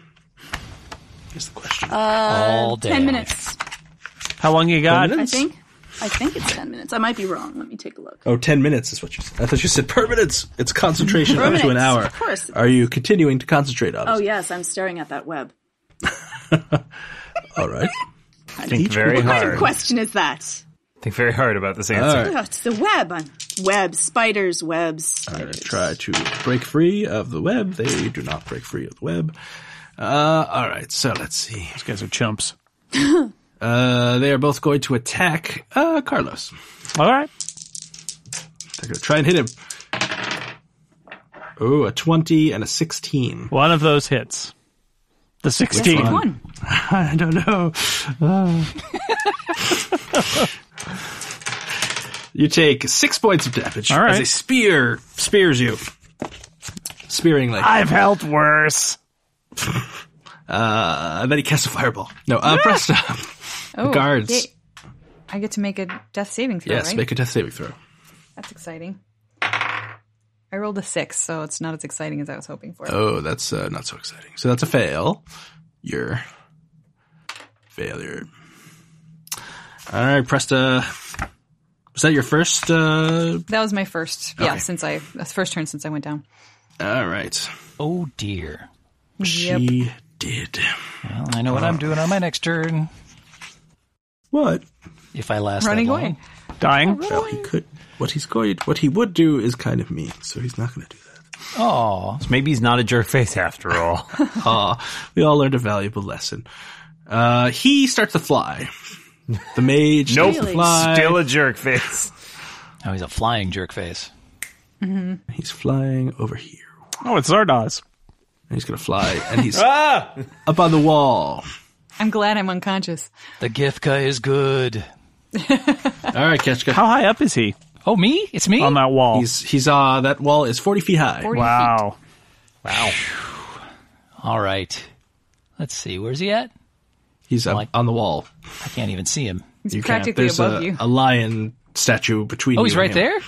Speaker 2: Is the question.
Speaker 7: all day?
Speaker 5: 10 minutes,
Speaker 1: How long you got?
Speaker 5: Uh, I think. I think it's 10 minutes. I might be wrong. Let me take a look.
Speaker 2: Oh, 10 minutes is what you said. I thought you said permanence. It's concentration up to an
Speaker 5: Permanence,
Speaker 2: hour.
Speaker 5: of course.
Speaker 2: Are you continuing to concentrate on
Speaker 5: Oh,
Speaker 2: it?
Speaker 5: yes, I'm staring at that web.
Speaker 2: All right.
Speaker 3: Think very
Speaker 5: What kind of
Speaker 3: hard.
Speaker 5: question is that?
Speaker 3: Think very hard about this
Speaker 2: All
Speaker 3: answer.
Speaker 2: right.
Speaker 5: Oh, it's the web. I'm, web, spiders, webs.
Speaker 2: I'm going to try to break free of the web. They do not break free of the web. Uh, all right. So let's see.
Speaker 1: These guys are chumps.
Speaker 2: Uh, they are both going to attack uh, Carlos.
Speaker 1: All right.
Speaker 2: They're gonna try and hit him. Ooh, a twenty and a sixteen.
Speaker 1: One of those hits. The 16.
Speaker 2: one?
Speaker 6: One.
Speaker 2: I don't know. Uh. you take six points of damage
Speaker 1: All right.
Speaker 2: as a spear spears you, spearingly,
Speaker 1: I've held worse.
Speaker 2: uh, and then he casts a fireball. No, uh, press up.
Speaker 6: Oh,
Speaker 2: guards.
Speaker 6: yay. I get to make a death saving throw,
Speaker 2: Yes,
Speaker 6: right?
Speaker 2: make a death saving throw.
Speaker 6: That's exciting. I rolled a six, so it's not as exciting as I was hoping for.
Speaker 2: Oh, that's uh, not so exciting. So that's a fail. Your failure. All right, Presta. Was that your first? Uh,
Speaker 6: That was my first, yeah, since I that's first turn since I went down.
Speaker 2: all right,
Speaker 7: Oh dear.
Speaker 6: Yep.
Speaker 2: she did.
Speaker 7: Well, I know what I'm doing on my next turn.
Speaker 2: What?
Speaker 7: If I last
Speaker 6: Running
Speaker 7: that long.
Speaker 6: away. Oh,
Speaker 1: Dying.
Speaker 2: Well, he could. What he's going, what he would do is kind of mean, so he's not going to do that.
Speaker 7: Oh,
Speaker 3: Maybe he's not a jerk face after all.
Speaker 2: Ah, we all learned a valuable lesson. Uh, he starts to fly. The mage
Speaker 3: Nope.
Speaker 2: starts to fly.
Speaker 3: Still a jerk face.
Speaker 7: now Oh, he's a flying jerk face.
Speaker 2: he's flying over here.
Speaker 1: Oh, it's Zardoz.
Speaker 2: And he's going to fly, and he's
Speaker 7: Ah!
Speaker 2: up on the wall.
Speaker 6: I'm glad I'm unconscious.
Speaker 7: The Gifka is good.
Speaker 2: All right, Ketchka.
Speaker 1: How high up is he
Speaker 7: Oh, me? It's me?
Speaker 1: on that wall?
Speaker 2: He's he's uh that wall is forty feet high.
Speaker 6: 40 feet.
Speaker 1: wow.
Speaker 7: All right. Let's see. Where's he at?
Speaker 2: He's up
Speaker 7: Like-
Speaker 2: on the wall.
Speaker 7: I can't even see him.
Speaker 6: He's
Speaker 2: You can't.
Speaker 6: practically
Speaker 2: There's
Speaker 6: above
Speaker 2: a,
Speaker 6: you.
Speaker 2: a lion statue between.
Speaker 7: Oh,
Speaker 2: you
Speaker 7: he's
Speaker 2: and
Speaker 7: right
Speaker 2: him.
Speaker 7: there.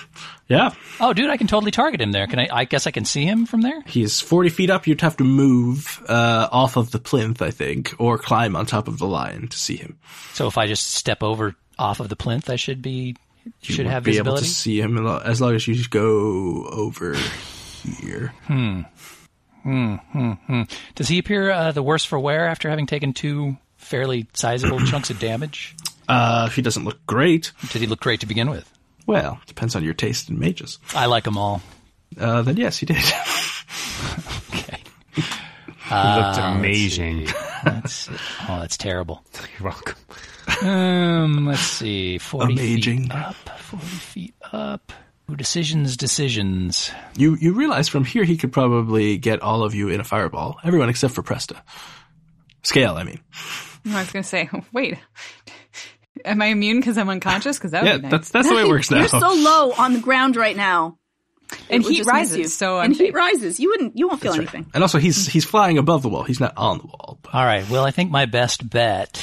Speaker 2: Yeah,
Speaker 7: Oh, dude, I can totally target him there. Can I? I guess I can see him from there.
Speaker 2: he's forty feet up. You'd have to move uh, off of the plinth, I think, or climb on top of the lion to see him.
Speaker 7: So if I just step over off of the plinth, I should be
Speaker 2: You
Speaker 7: should
Speaker 2: would
Speaker 7: have
Speaker 2: be
Speaker 7: visibility.
Speaker 2: able to see him lo- as long as you just go over here.
Speaker 7: Does he appear uh, the worse for wear after having taken two fairly sizable chunks of damage?
Speaker 2: Uh, if he doesn't look great,
Speaker 7: Did he look great to begin with?
Speaker 2: well, depends on your taste in mages.
Speaker 7: I like them all.
Speaker 2: Uh, then yes, he did.
Speaker 7: Okay.
Speaker 3: looked amazing.
Speaker 7: That's, oh, that's terrible.
Speaker 3: You're welcome.
Speaker 7: Um, let's see. 40
Speaker 2: Amazing.
Speaker 7: feet up. 40 feet up. Ooh, decisions, decisions.
Speaker 2: you you realize from here he could probably get all of you in a fireball, everyone except for Presta. Scale, I mean.
Speaker 6: I was going to say, wait, am I immune because I'm unconscious? Because that would
Speaker 2: Yeah,
Speaker 6: be nice.
Speaker 2: that's that's the way it works now.
Speaker 5: You're so low on the ground right now. It
Speaker 6: and
Speaker 5: would
Speaker 6: heat
Speaker 5: just miss
Speaker 6: rises,
Speaker 5: you.
Speaker 6: so I'm
Speaker 5: and heat
Speaker 6: safe.
Speaker 5: rises. You wouldn't. You won't feel anything.
Speaker 2: And also, he's he's flying above the wall. He's not on the wall. But
Speaker 7: All right. Well, I think my best bet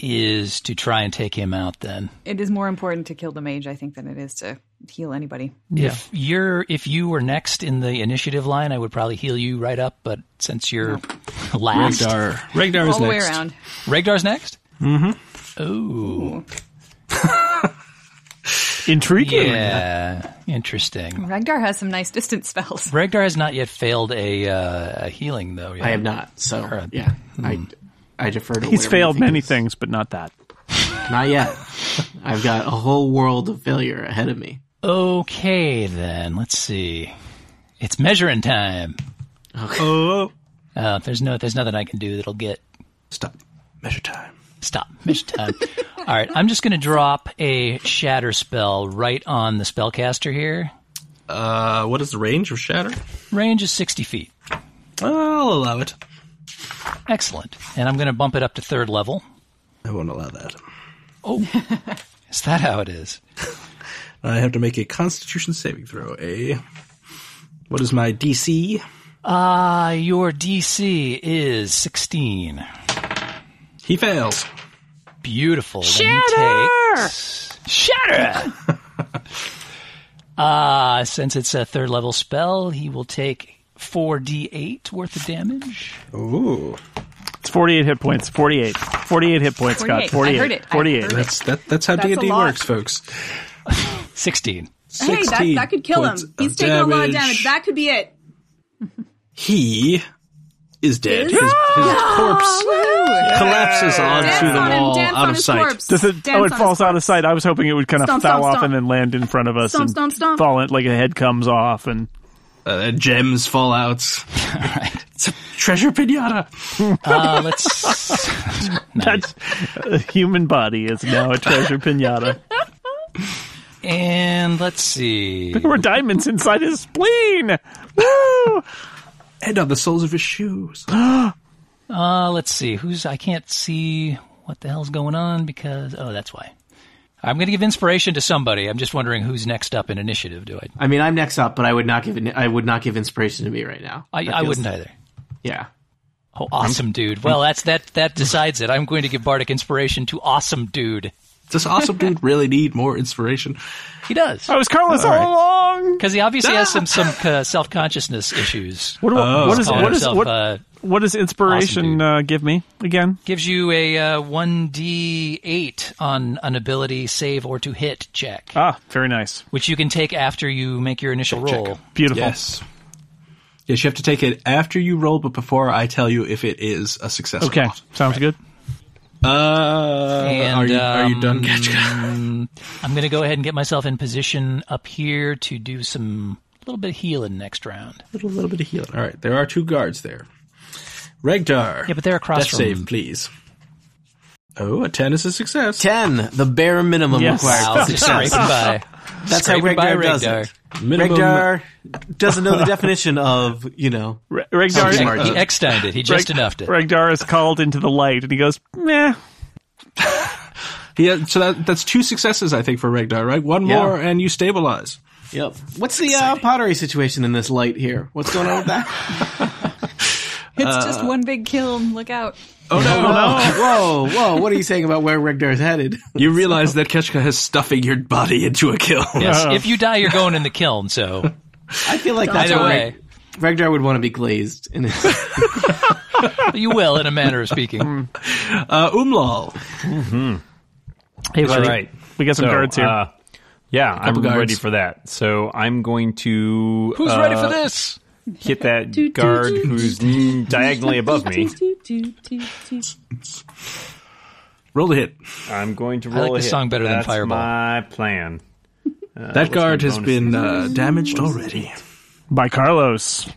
Speaker 7: is to try and take him out then.
Speaker 6: it is more important to kill the mage, I think, than it is to heal anybody.
Speaker 7: If you're if you were next in the initiative line, I would probably heal you right up, but since you're last,
Speaker 2: Regdar, Regdar is
Speaker 6: All the way
Speaker 2: next.
Speaker 6: around.
Speaker 7: Regdar's next? Mm-hmm. Ooh.
Speaker 1: Intriguing.
Speaker 7: Yeah. Interesting.
Speaker 6: Ragnar has some nice distance spells.
Speaker 7: Regdar has not yet failed a, uh, a healing though. Yet.
Speaker 4: I have not. So yeah, I I defer to.
Speaker 1: He's
Speaker 4: whatever you
Speaker 1: failed
Speaker 4: think
Speaker 1: many
Speaker 4: is-
Speaker 1: things, but not that.
Speaker 4: Not yet. I've got a whole world of failure ahead of me.
Speaker 7: Okay then. Let's see. It's measuring time.
Speaker 1: Oh,
Speaker 7: Uh, there's no there's nothing I can do that'll get
Speaker 2: Stop. Measure time.
Speaker 7: Stop. Mission time. All right, I'm just going to drop a shatter spell right on the spellcaster here.
Speaker 2: Uh, what is the range of shatter?
Speaker 7: Range is 60 feet.
Speaker 2: I'll allow it.
Speaker 7: Excellent. And I'm going to bump it up to third level.
Speaker 2: I won't allow that.
Speaker 7: Is that how it is?
Speaker 2: I have to make a Constitution saving throw. A. What is my DC?
Speaker 7: Uh, your DC is 16.
Speaker 2: He fails.
Speaker 7: Beautiful. Shatter! Shatter! uh, since it's a third level spell, he will take 4d8 worth of damage.
Speaker 2: Ooh,
Speaker 1: it's 48 hit points. 48. 48 hit points, Scott.
Speaker 6: 48.
Speaker 1: 48.
Speaker 6: I heard it. I
Speaker 1: 48.
Speaker 6: heard it.
Speaker 2: that's that. That's how D
Speaker 5: That's
Speaker 2: and D
Speaker 5: a lot.
Speaker 2: works, folks.
Speaker 7: 16.
Speaker 5: Hey, that,
Speaker 2: 16
Speaker 5: that could kill him.
Speaker 2: points of
Speaker 5: He's taking a lot of damage. That could be it.
Speaker 2: he is dead.
Speaker 5: Is-
Speaker 2: His, his corpse collapses
Speaker 5: Dance
Speaker 2: onto the
Speaker 5: on him.
Speaker 2: wall
Speaker 5: Dance
Speaker 2: out
Speaker 5: on
Speaker 2: of
Speaker 5: his
Speaker 2: sight.
Speaker 5: corpse.
Speaker 1: Does it?
Speaker 5: Dance
Speaker 1: oh,
Speaker 5: on
Speaker 1: it
Speaker 5: his
Speaker 1: falls out of sight. I was hoping it would kind of
Speaker 5: Stomp,
Speaker 1: foul
Speaker 5: stomp,
Speaker 1: off
Speaker 5: stomp.
Speaker 1: and then land in front of us.
Speaker 5: Stomp,
Speaker 1: and
Speaker 5: stomp, stomp.
Speaker 1: Fall in, like a head comes off, and
Speaker 2: Uh, gems fall out. It's a treasure pinata.
Speaker 7: Uh, let's.
Speaker 1: that's a human body is now a treasure pinata.
Speaker 7: And let's see.
Speaker 1: There were diamonds inside his spleen. Woo!
Speaker 2: And on the soles of his shoes.
Speaker 7: Uh, let's see. Who's I can't see what the hell's going on because oh, that's why. I'm going to give inspiration to somebody. I'm just wondering who's next up in initiative. Do I?
Speaker 4: I mean, I'm next up, but I would not give I would not give inspiration to me right now.
Speaker 7: I,
Speaker 4: That
Speaker 7: I
Speaker 4: feels-
Speaker 7: wouldn't either.
Speaker 4: Yeah.
Speaker 7: Oh, awesome dude. Well, that's that that decides it. I'm going to give bardic inspiration to awesome dude.
Speaker 2: Does awesome dude really need more inspiration?
Speaker 7: He does
Speaker 1: I was Carlos all, along.
Speaker 7: because he obviously has some some uh, self consciousness issues.
Speaker 1: What, do- what is
Speaker 7: Calling
Speaker 1: what is
Speaker 7: himself,
Speaker 1: what,
Speaker 7: uh,
Speaker 1: what does
Speaker 7: Awesome,
Speaker 1: inspiration
Speaker 7: dude.
Speaker 1: uh, give me again?
Speaker 7: gives you a uh, one d eight on an ability save or to hit check,
Speaker 1: Ah, very nice,
Speaker 7: which you can take after you make your initial roll.
Speaker 1: beautiful.
Speaker 2: Yes. Yes, you have to take it after you roll, but before I tell you if it is a success. or
Speaker 1: Okay,
Speaker 2: not.
Speaker 1: sounds good.
Speaker 2: Uh,
Speaker 7: And,
Speaker 2: are you are you done?
Speaker 7: um, I'm going to go ahead and get myself in position up here to do some a little bit of healing next round.
Speaker 2: a little, little bit of healing. All right, there are two guards there. Regdar.
Speaker 7: Yeah, but they're across
Speaker 2: death
Speaker 7: from
Speaker 2: save, please. Oh, a ten is a success.
Speaker 4: Ten, the bare minimum
Speaker 1: Yes.
Speaker 7: Wow,
Speaker 4: required.
Speaker 7: just scraping by.
Speaker 4: That's how
Speaker 7: Scraping by
Speaker 4: Regdar does it.
Speaker 7: Regdar.
Speaker 2: Minimum-
Speaker 4: Regdar doesn't know the definition of you know.
Speaker 1: Re- Regdar,
Speaker 7: He,
Speaker 4: Smart.
Speaker 7: he ecksteined it. He just enoughed it.
Speaker 1: Regdar is called into the light, and he goes, "Meh."
Speaker 2: Yeah, so that, that's two successes, I think, for Regdar, right? One
Speaker 4: Yeah.
Speaker 2: more, and you stabilize.
Speaker 4: Yep. What's the uh, pottery situation in this light here? What's going on with that? Hit
Speaker 6: It's just one big kiln. Look out.
Speaker 2: Oh no, no.
Speaker 4: whoa, whoa! What are you saying about where Regdar is headed?
Speaker 2: You realize that Ketchka has stuffing your body into a kiln.
Speaker 7: Yes, if you die, you're going in the kiln. So
Speaker 4: I feel like that's
Speaker 7: either
Speaker 4: how
Speaker 7: way,
Speaker 4: Reg- Regdar would want to be glazed. In his,
Speaker 7: you will, in a manner of speaking.
Speaker 2: Uh, Umlal.
Speaker 7: Hey,
Speaker 3: All right.
Speaker 1: We got some
Speaker 3: So,
Speaker 1: guards here.
Speaker 3: uh, yeah, I'm
Speaker 2: guards.
Speaker 3: ready for that. So I'm going to
Speaker 7: Who's
Speaker 3: uh,
Speaker 7: ready for this?
Speaker 3: hit that guard who's diagonally above me.
Speaker 2: Roll the hit.
Speaker 3: I'm going to
Speaker 7: like
Speaker 3: roll a
Speaker 7: this
Speaker 3: hit.
Speaker 7: song better than
Speaker 3: That's
Speaker 7: Fireball.
Speaker 3: my plan.
Speaker 2: that guard has
Speaker 3: Uh, bonus?
Speaker 2: been uh, damaged already.
Speaker 1: By Carlos.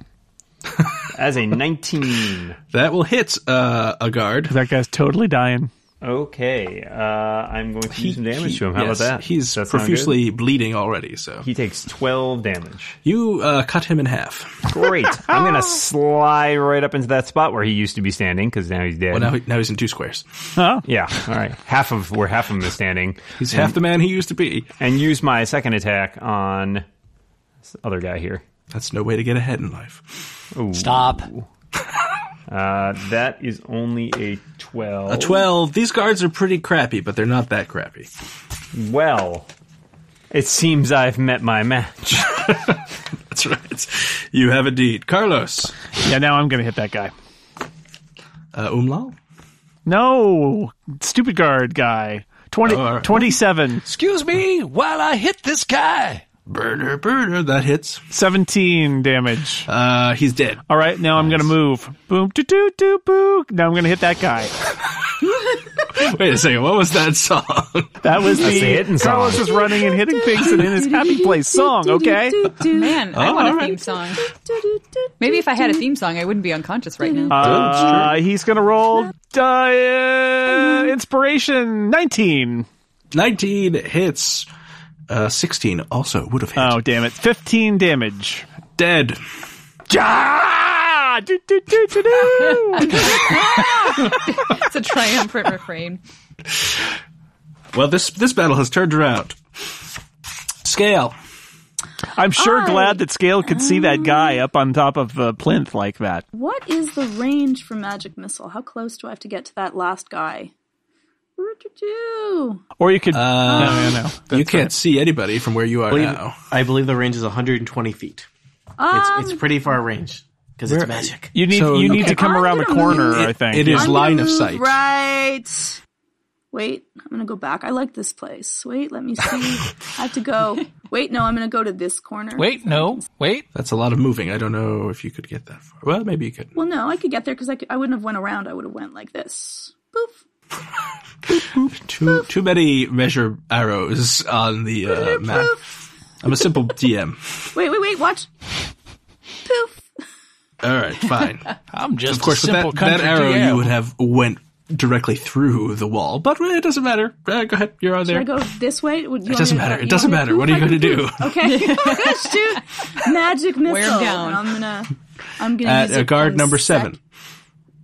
Speaker 3: As a 19.
Speaker 2: That will hit uh, a guard.
Speaker 1: That guy's totally dying.
Speaker 3: Okay, uh, I'm going to do some damage to him. How
Speaker 2: Yes,
Speaker 3: about that?
Speaker 2: He's
Speaker 3: Does that sound good?
Speaker 2: profusely bleeding already, so.
Speaker 3: He takes 12 damage.
Speaker 2: You uh, cut him in half.
Speaker 3: Great. I'm going to slide right up into that spot where he used to be standing because now he's dead.
Speaker 2: Well, now, he, now he's in two squares.
Speaker 1: Huh?
Speaker 3: yeah, all right. Half of where half of him is standing.
Speaker 2: He's half the man he used to be.
Speaker 3: And use my second attack on this other guy here.
Speaker 2: That's no way to get ahead in life.
Speaker 7: Stop.
Speaker 3: Uh, that is only a 12.
Speaker 2: A 12. These guards are pretty crappy, but they're not that crappy.
Speaker 3: Well, it seems I've met my match.
Speaker 2: That's right. You have indeed. Carlos.
Speaker 1: Yeah, now I'm going to hit that guy.
Speaker 2: Uh, Umlal?
Speaker 1: No, stupid guard guy. 20,
Speaker 2: Oh, all right.
Speaker 1: 27,
Speaker 7: Excuse me while I hit this guy.
Speaker 2: Burner, burner. That hits.
Speaker 1: 17 damage.
Speaker 2: Uh, he's dead.
Speaker 1: All right, now I'm going to move. Boom, doo doo doo boo. Now I'm going to hit that guy.
Speaker 2: Wait a second. What was that song?
Speaker 1: That was
Speaker 3: That's
Speaker 1: the
Speaker 3: a hitting song.
Speaker 1: Carlos is running and hitting things and in his happy place song, okay?
Speaker 6: Man, I
Speaker 2: Oh,
Speaker 6: want a
Speaker 2: alright.
Speaker 6: theme song. Maybe if I had a theme song, I wouldn't be unconscious right now.
Speaker 1: Uh, he's going to roll uh, inspiration 19.
Speaker 2: 19 hits. Uh, 16 also would have hit.
Speaker 1: Oh, damn it. 15 damage.
Speaker 2: Dead.
Speaker 1: Ah! Doo, doo, doo, doo, doo.
Speaker 6: it's a triumphant refrain.
Speaker 2: Well, this this battle has turned around. Scale.
Speaker 1: I'm sure
Speaker 5: I-
Speaker 1: glad that Scale could see that guy up on top of the plinth like that.
Speaker 5: What is the range for magic missile? How close do I have to get to that last guy? Roo-doo-doo.
Speaker 1: Or you could.
Speaker 2: Uh,
Speaker 1: no, no, no.
Speaker 2: you can't see anybody from where you are now.
Speaker 4: I believe the range is 120 feet.
Speaker 5: Um,
Speaker 4: It's it's pretty far range because it's magic.
Speaker 1: You need
Speaker 2: So-
Speaker 1: you need
Speaker 2: okay.
Speaker 1: to come
Speaker 5: I'm
Speaker 1: around the
Speaker 5: gonna
Speaker 1: corner.
Speaker 5: move.
Speaker 1: I think
Speaker 2: It- it is-
Speaker 5: I'm
Speaker 2: line
Speaker 5: gonna
Speaker 2: of
Speaker 5: move
Speaker 2: sight.
Speaker 5: Right. Wait, I'm gonna go back. I like this place. Wait, let me see. I have to go. Wait, no, I'm gonna go to this corner.
Speaker 7: Wait, no, wait.
Speaker 2: That's a lot of moving. I don't know if you could get that far. Well, maybe you could.
Speaker 5: Well, no, I could get there because I, could- I wouldn't have went around. I would have went like this. Poof.
Speaker 2: Too too many measure arrows on the uh, map. I'm a simple DM.
Speaker 5: Wait, wait, wait. Watch. Poof.
Speaker 2: All right, fine.
Speaker 7: I'm just
Speaker 2: Of course,
Speaker 7: a
Speaker 2: with
Speaker 7: simple
Speaker 2: that, that
Speaker 7: country
Speaker 2: arrow
Speaker 7: DM.
Speaker 2: you would have went directly through the wall, but eh, it doesn't matter. Uh, go ahead, you're on
Speaker 5: Should
Speaker 2: there.
Speaker 5: I go this way? Would- you
Speaker 2: It
Speaker 5: want
Speaker 2: doesn't
Speaker 5: me to-
Speaker 2: matter.
Speaker 5: you
Speaker 2: It doesn't
Speaker 5: want
Speaker 2: matter.
Speaker 5: me
Speaker 2: What are you
Speaker 5: to
Speaker 2: going to do?
Speaker 5: poof? I can poof. Okay. Let's do magic missile.
Speaker 6: him down.
Speaker 5: And I'm gonna. I'm gonna.
Speaker 2: At
Speaker 5: use
Speaker 2: uh,
Speaker 5: it
Speaker 2: guard
Speaker 5: on
Speaker 2: number
Speaker 5: sec-
Speaker 2: seven,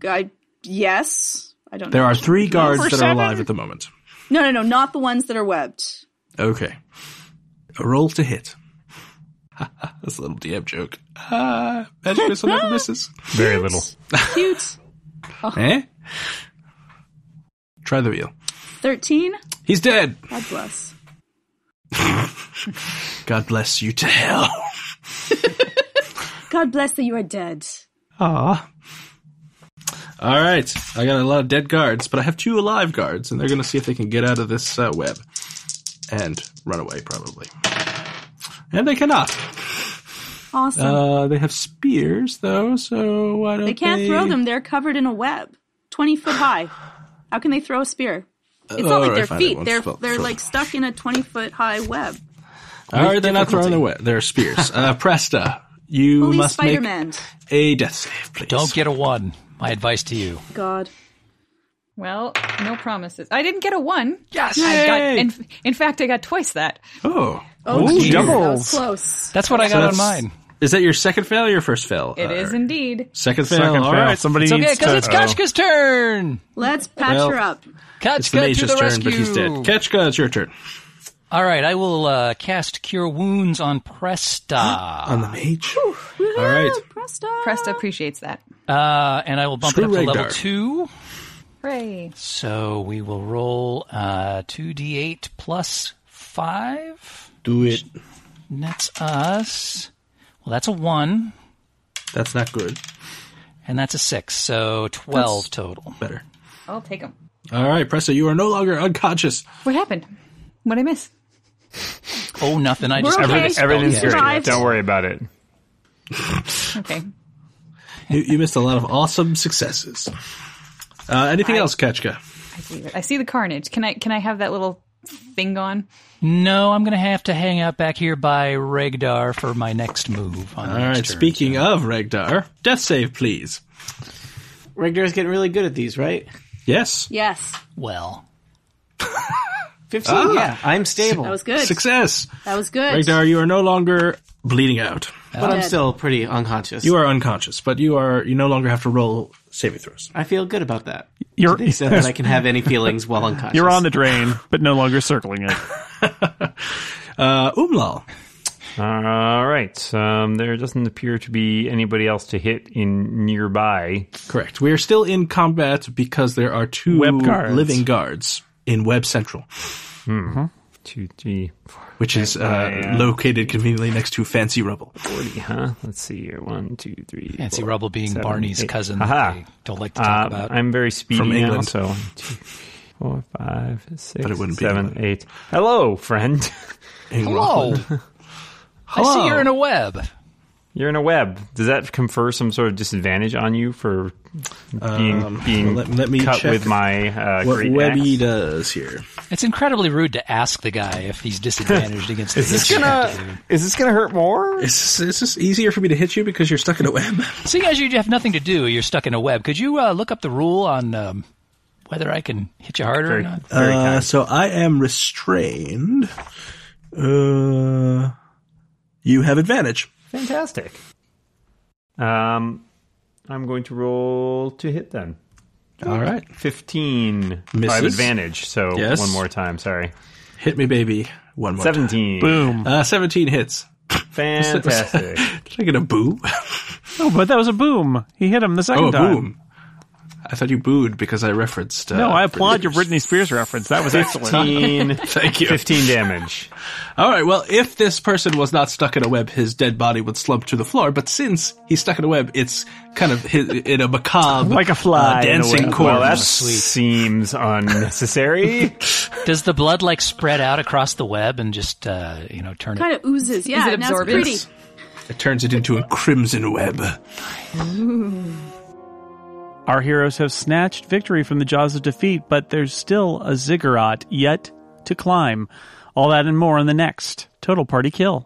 Speaker 5: I yes. I don't.
Speaker 2: there
Speaker 5: know.
Speaker 2: are three guards that are
Speaker 1: seven?
Speaker 2: alive at the moment.
Speaker 5: No, no, no, not the ones that are webbed.
Speaker 2: Okay, a roll to hit. That's a little DM joke. Ah, magic missile never misses.
Speaker 3: Very little.
Speaker 5: Cute.
Speaker 2: Eh? Try the wheel.
Speaker 5: Thirteen.
Speaker 2: He's dead.
Speaker 5: God bless.
Speaker 2: God bless you to hell.
Speaker 5: God bless that you are dead.
Speaker 2: Aw. All right, I got a lot of dead guards, but I have two alive guards, and they're going to see if they can get out of this uh, web and run away, probably. And they cannot.
Speaker 5: Awesome.
Speaker 2: Uh, they have spears, though, so why don't
Speaker 5: they can't throw them. They're covered in a web, twenty foot high. How can they throw a spear? It's
Speaker 2: all
Speaker 5: not like
Speaker 2: right,
Speaker 5: their
Speaker 2: fine, they
Speaker 5: feet.
Speaker 2: won't
Speaker 5: They're
Speaker 2: throw-
Speaker 5: they're
Speaker 2: throw
Speaker 5: like stuck in a twenty foot high web.
Speaker 2: All right, they're not throwing away. They're spears. uh, Presta, you
Speaker 5: Holy
Speaker 2: must
Speaker 5: Spider
Speaker 2: make
Speaker 5: Man.
Speaker 2: a death save, please.
Speaker 7: Don't get a one. My advice to you.
Speaker 5: God.
Speaker 6: Well, no promises. I didn't get a one.
Speaker 7: Yes.
Speaker 6: I got, in, in fact, I got twice that.
Speaker 2: Oh,
Speaker 5: Oh,
Speaker 1: Ooh,
Speaker 5: geez, that was
Speaker 1: doubles.
Speaker 5: close.
Speaker 7: That's what I got on
Speaker 2: that's-
Speaker 7: mine.
Speaker 2: Is that your second fail or your first fail?
Speaker 6: It is indeed.
Speaker 2: Second fail.
Speaker 1: Second
Speaker 2: all
Speaker 1: fail.
Speaker 2: right.
Speaker 1: somebody
Speaker 7: It's okay
Speaker 1: needs
Speaker 7: because
Speaker 1: to.
Speaker 7: it's Kachka's turn.
Speaker 5: Let's patch
Speaker 2: Well,
Speaker 5: her up.
Speaker 2: It's the
Speaker 7: Kachka to
Speaker 2: mage's
Speaker 7: the
Speaker 2: turn,
Speaker 7: rescue.
Speaker 2: but he's dead. Ketchka, it's your turn.
Speaker 7: All right, I will uh, cast Cure Wounds on Presta.
Speaker 2: On the mage. All right.
Speaker 5: Presta.
Speaker 6: Presta appreciates that.
Speaker 7: Uh, and I will bump
Speaker 2: Screw
Speaker 7: it up to level
Speaker 2: Ragnar.
Speaker 7: two.
Speaker 6: Hooray.
Speaker 7: So we will roll uh, 2d8 plus 5.
Speaker 2: Do it.
Speaker 7: And that's us. Well, that's a 1,
Speaker 2: That's not good.
Speaker 7: and that's a 6. So 12 total.
Speaker 2: Better.
Speaker 6: I'll take them.
Speaker 2: All right, Pressa, you are no longer unconscious.
Speaker 6: What happened? What I miss?
Speaker 7: Oh, nothing. I just
Speaker 5: We're
Speaker 7: everything-
Speaker 5: okay.
Speaker 3: Everything's
Speaker 5: Yeah.
Speaker 3: great.
Speaker 5: Survived.
Speaker 3: Don't worry about it.
Speaker 6: Okay.
Speaker 2: You, you missed a lot of awesome successes. Uh, anything else, Ketchka?
Speaker 6: I see it. I see the carnage. Can I can I have that little thing on?
Speaker 7: No, I'm going to have to hang out back here by Regdar for my next move. On
Speaker 2: All right, speaking of Regdar, death save, please.
Speaker 4: Regdar's getting really good at these, right?
Speaker 2: Yes.
Speaker 5: Yes,
Speaker 7: Well,
Speaker 4: Fifteen. Oh, Yeah, I'm stable,
Speaker 5: that was good.
Speaker 2: Success.
Speaker 5: That was good.
Speaker 2: Regdar, you are no longer bleeding out.
Speaker 4: but I'm
Speaker 5: Dead.
Speaker 4: still pretty unconscious.
Speaker 2: You are unconscious, but you are you no longer have to roll saving throws.
Speaker 4: I feel good about that.
Speaker 1: You're
Speaker 4: They said that I can have any feelings while unconscious.
Speaker 1: you're on the drain, but no longer circling it.
Speaker 2: Uh, Umlal.
Speaker 3: All right. Um, there doesn't appear to be anybody else to hit in nearby.
Speaker 2: Correct. We are still in combat because there are two
Speaker 1: Web guards.
Speaker 2: living guards in Web Central,
Speaker 3: Two, three, four,
Speaker 2: which is uh,
Speaker 3: yeah.
Speaker 2: located conveniently next to Fancy Rubble.
Speaker 3: forty. Huh? Let's see here. One, two, three.
Speaker 7: Nancy
Speaker 3: four,
Speaker 7: Rubble being
Speaker 3: seven,
Speaker 7: Barney's
Speaker 3: eight.
Speaker 7: cousin
Speaker 3: Aha.
Speaker 7: that they don't like to talk
Speaker 3: Uh,
Speaker 7: about.
Speaker 3: I'm very speedy
Speaker 2: From
Speaker 3: now,
Speaker 2: England.
Speaker 3: so one, two, three, four, five, six,
Speaker 2: But it wouldn't be
Speaker 3: seven, eight. Hello, friend.
Speaker 7: Hello. I see you're in a web.
Speaker 3: You're in a web. Does that confer some sort of disadvantage on you for being being
Speaker 2: Um, let- let me
Speaker 3: cut
Speaker 2: check
Speaker 3: with my uh,
Speaker 2: What
Speaker 3: great
Speaker 2: Webby
Speaker 3: axe?
Speaker 2: does here.
Speaker 7: It's incredibly rude to ask the guy if he's disadvantaged against the
Speaker 3: Is this
Speaker 7: nature
Speaker 3: gonna
Speaker 7: of the
Speaker 3: is this gonna hurt more?
Speaker 2: Is this, is this easier for me to hit you because you're stuck in a web?
Speaker 7: dude. Seeing as you have nothing to do, you're stuck in a web. Could you uh, look up the rule on um, whether I can hit you harder or
Speaker 3: Very,
Speaker 7: not?
Speaker 3: very
Speaker 2: Uh,
Speaker 3: kind.
Speaker 2: so I am restrained. Uh, you have advantage.
Speaker 3: Fantastic. Um, I'm going to roll to hit then.
Speaker 2: All right,
Speaker 3: 15. I have
Speaker 2: Misses.
Speaker 3: advantage, so
Speaker 2: Yes.
Speaker 3: one more time. Sorry.
Speaker 2: hit me, baby. One more. time.
Speaker 3: 17.
Speaker 1: Boom.
Speaker 2: Uh, Seventeen hits.
Speaker 3: Fantastic.
Speaker 2: Did I get a boo?
Speaker 1: Oh, but that was a boom. He hit him the second
Speaker 2: Oh, a
Speaker 1: time.
Speaker 2: boom. I thought you booed because I referenced. Uh,
Speaker 1: No, I applaud your
Speaker 2: Britney
Speaker 1: Britney Spears reference. That was excellent.
Speaker 3: 15,
Speaker 2: Spears. Thank you.
Speaker 3: 15 damage.
Speaker 2: All right. Well, if this person was not stuck in a web, his dead body would slump to the floor. But since he's stuck in a web, it's kind of his, in a macabre,
Speaker 1: Like a fly
Speaker 2: uh,
Speaker 1: in a
Speaker 2: dancing
Speaker 1: web.
Speaker 2: chord.
Speaker 3: Well, that
Speaker 7: Sweet.
Speaker 3: seems unnecessary.
Speaker 7: Does the blood like spread out across the web and just uh, you know turn
Speaker 5: kind
Speaker 7: it?
Speaker 5: of oozes. Yeah,
Speaker 6: it
Speaker 5: now it's
Speaker 6: absorbent?
Speaker 5: pretty.
Speaker 2: it turns it into a crimson web.
Speaker 1: Our heroes have snatched victory from the jaws of defeat, but there's still a ziggurat yet to climb. All that and more in the next Total Party Kill.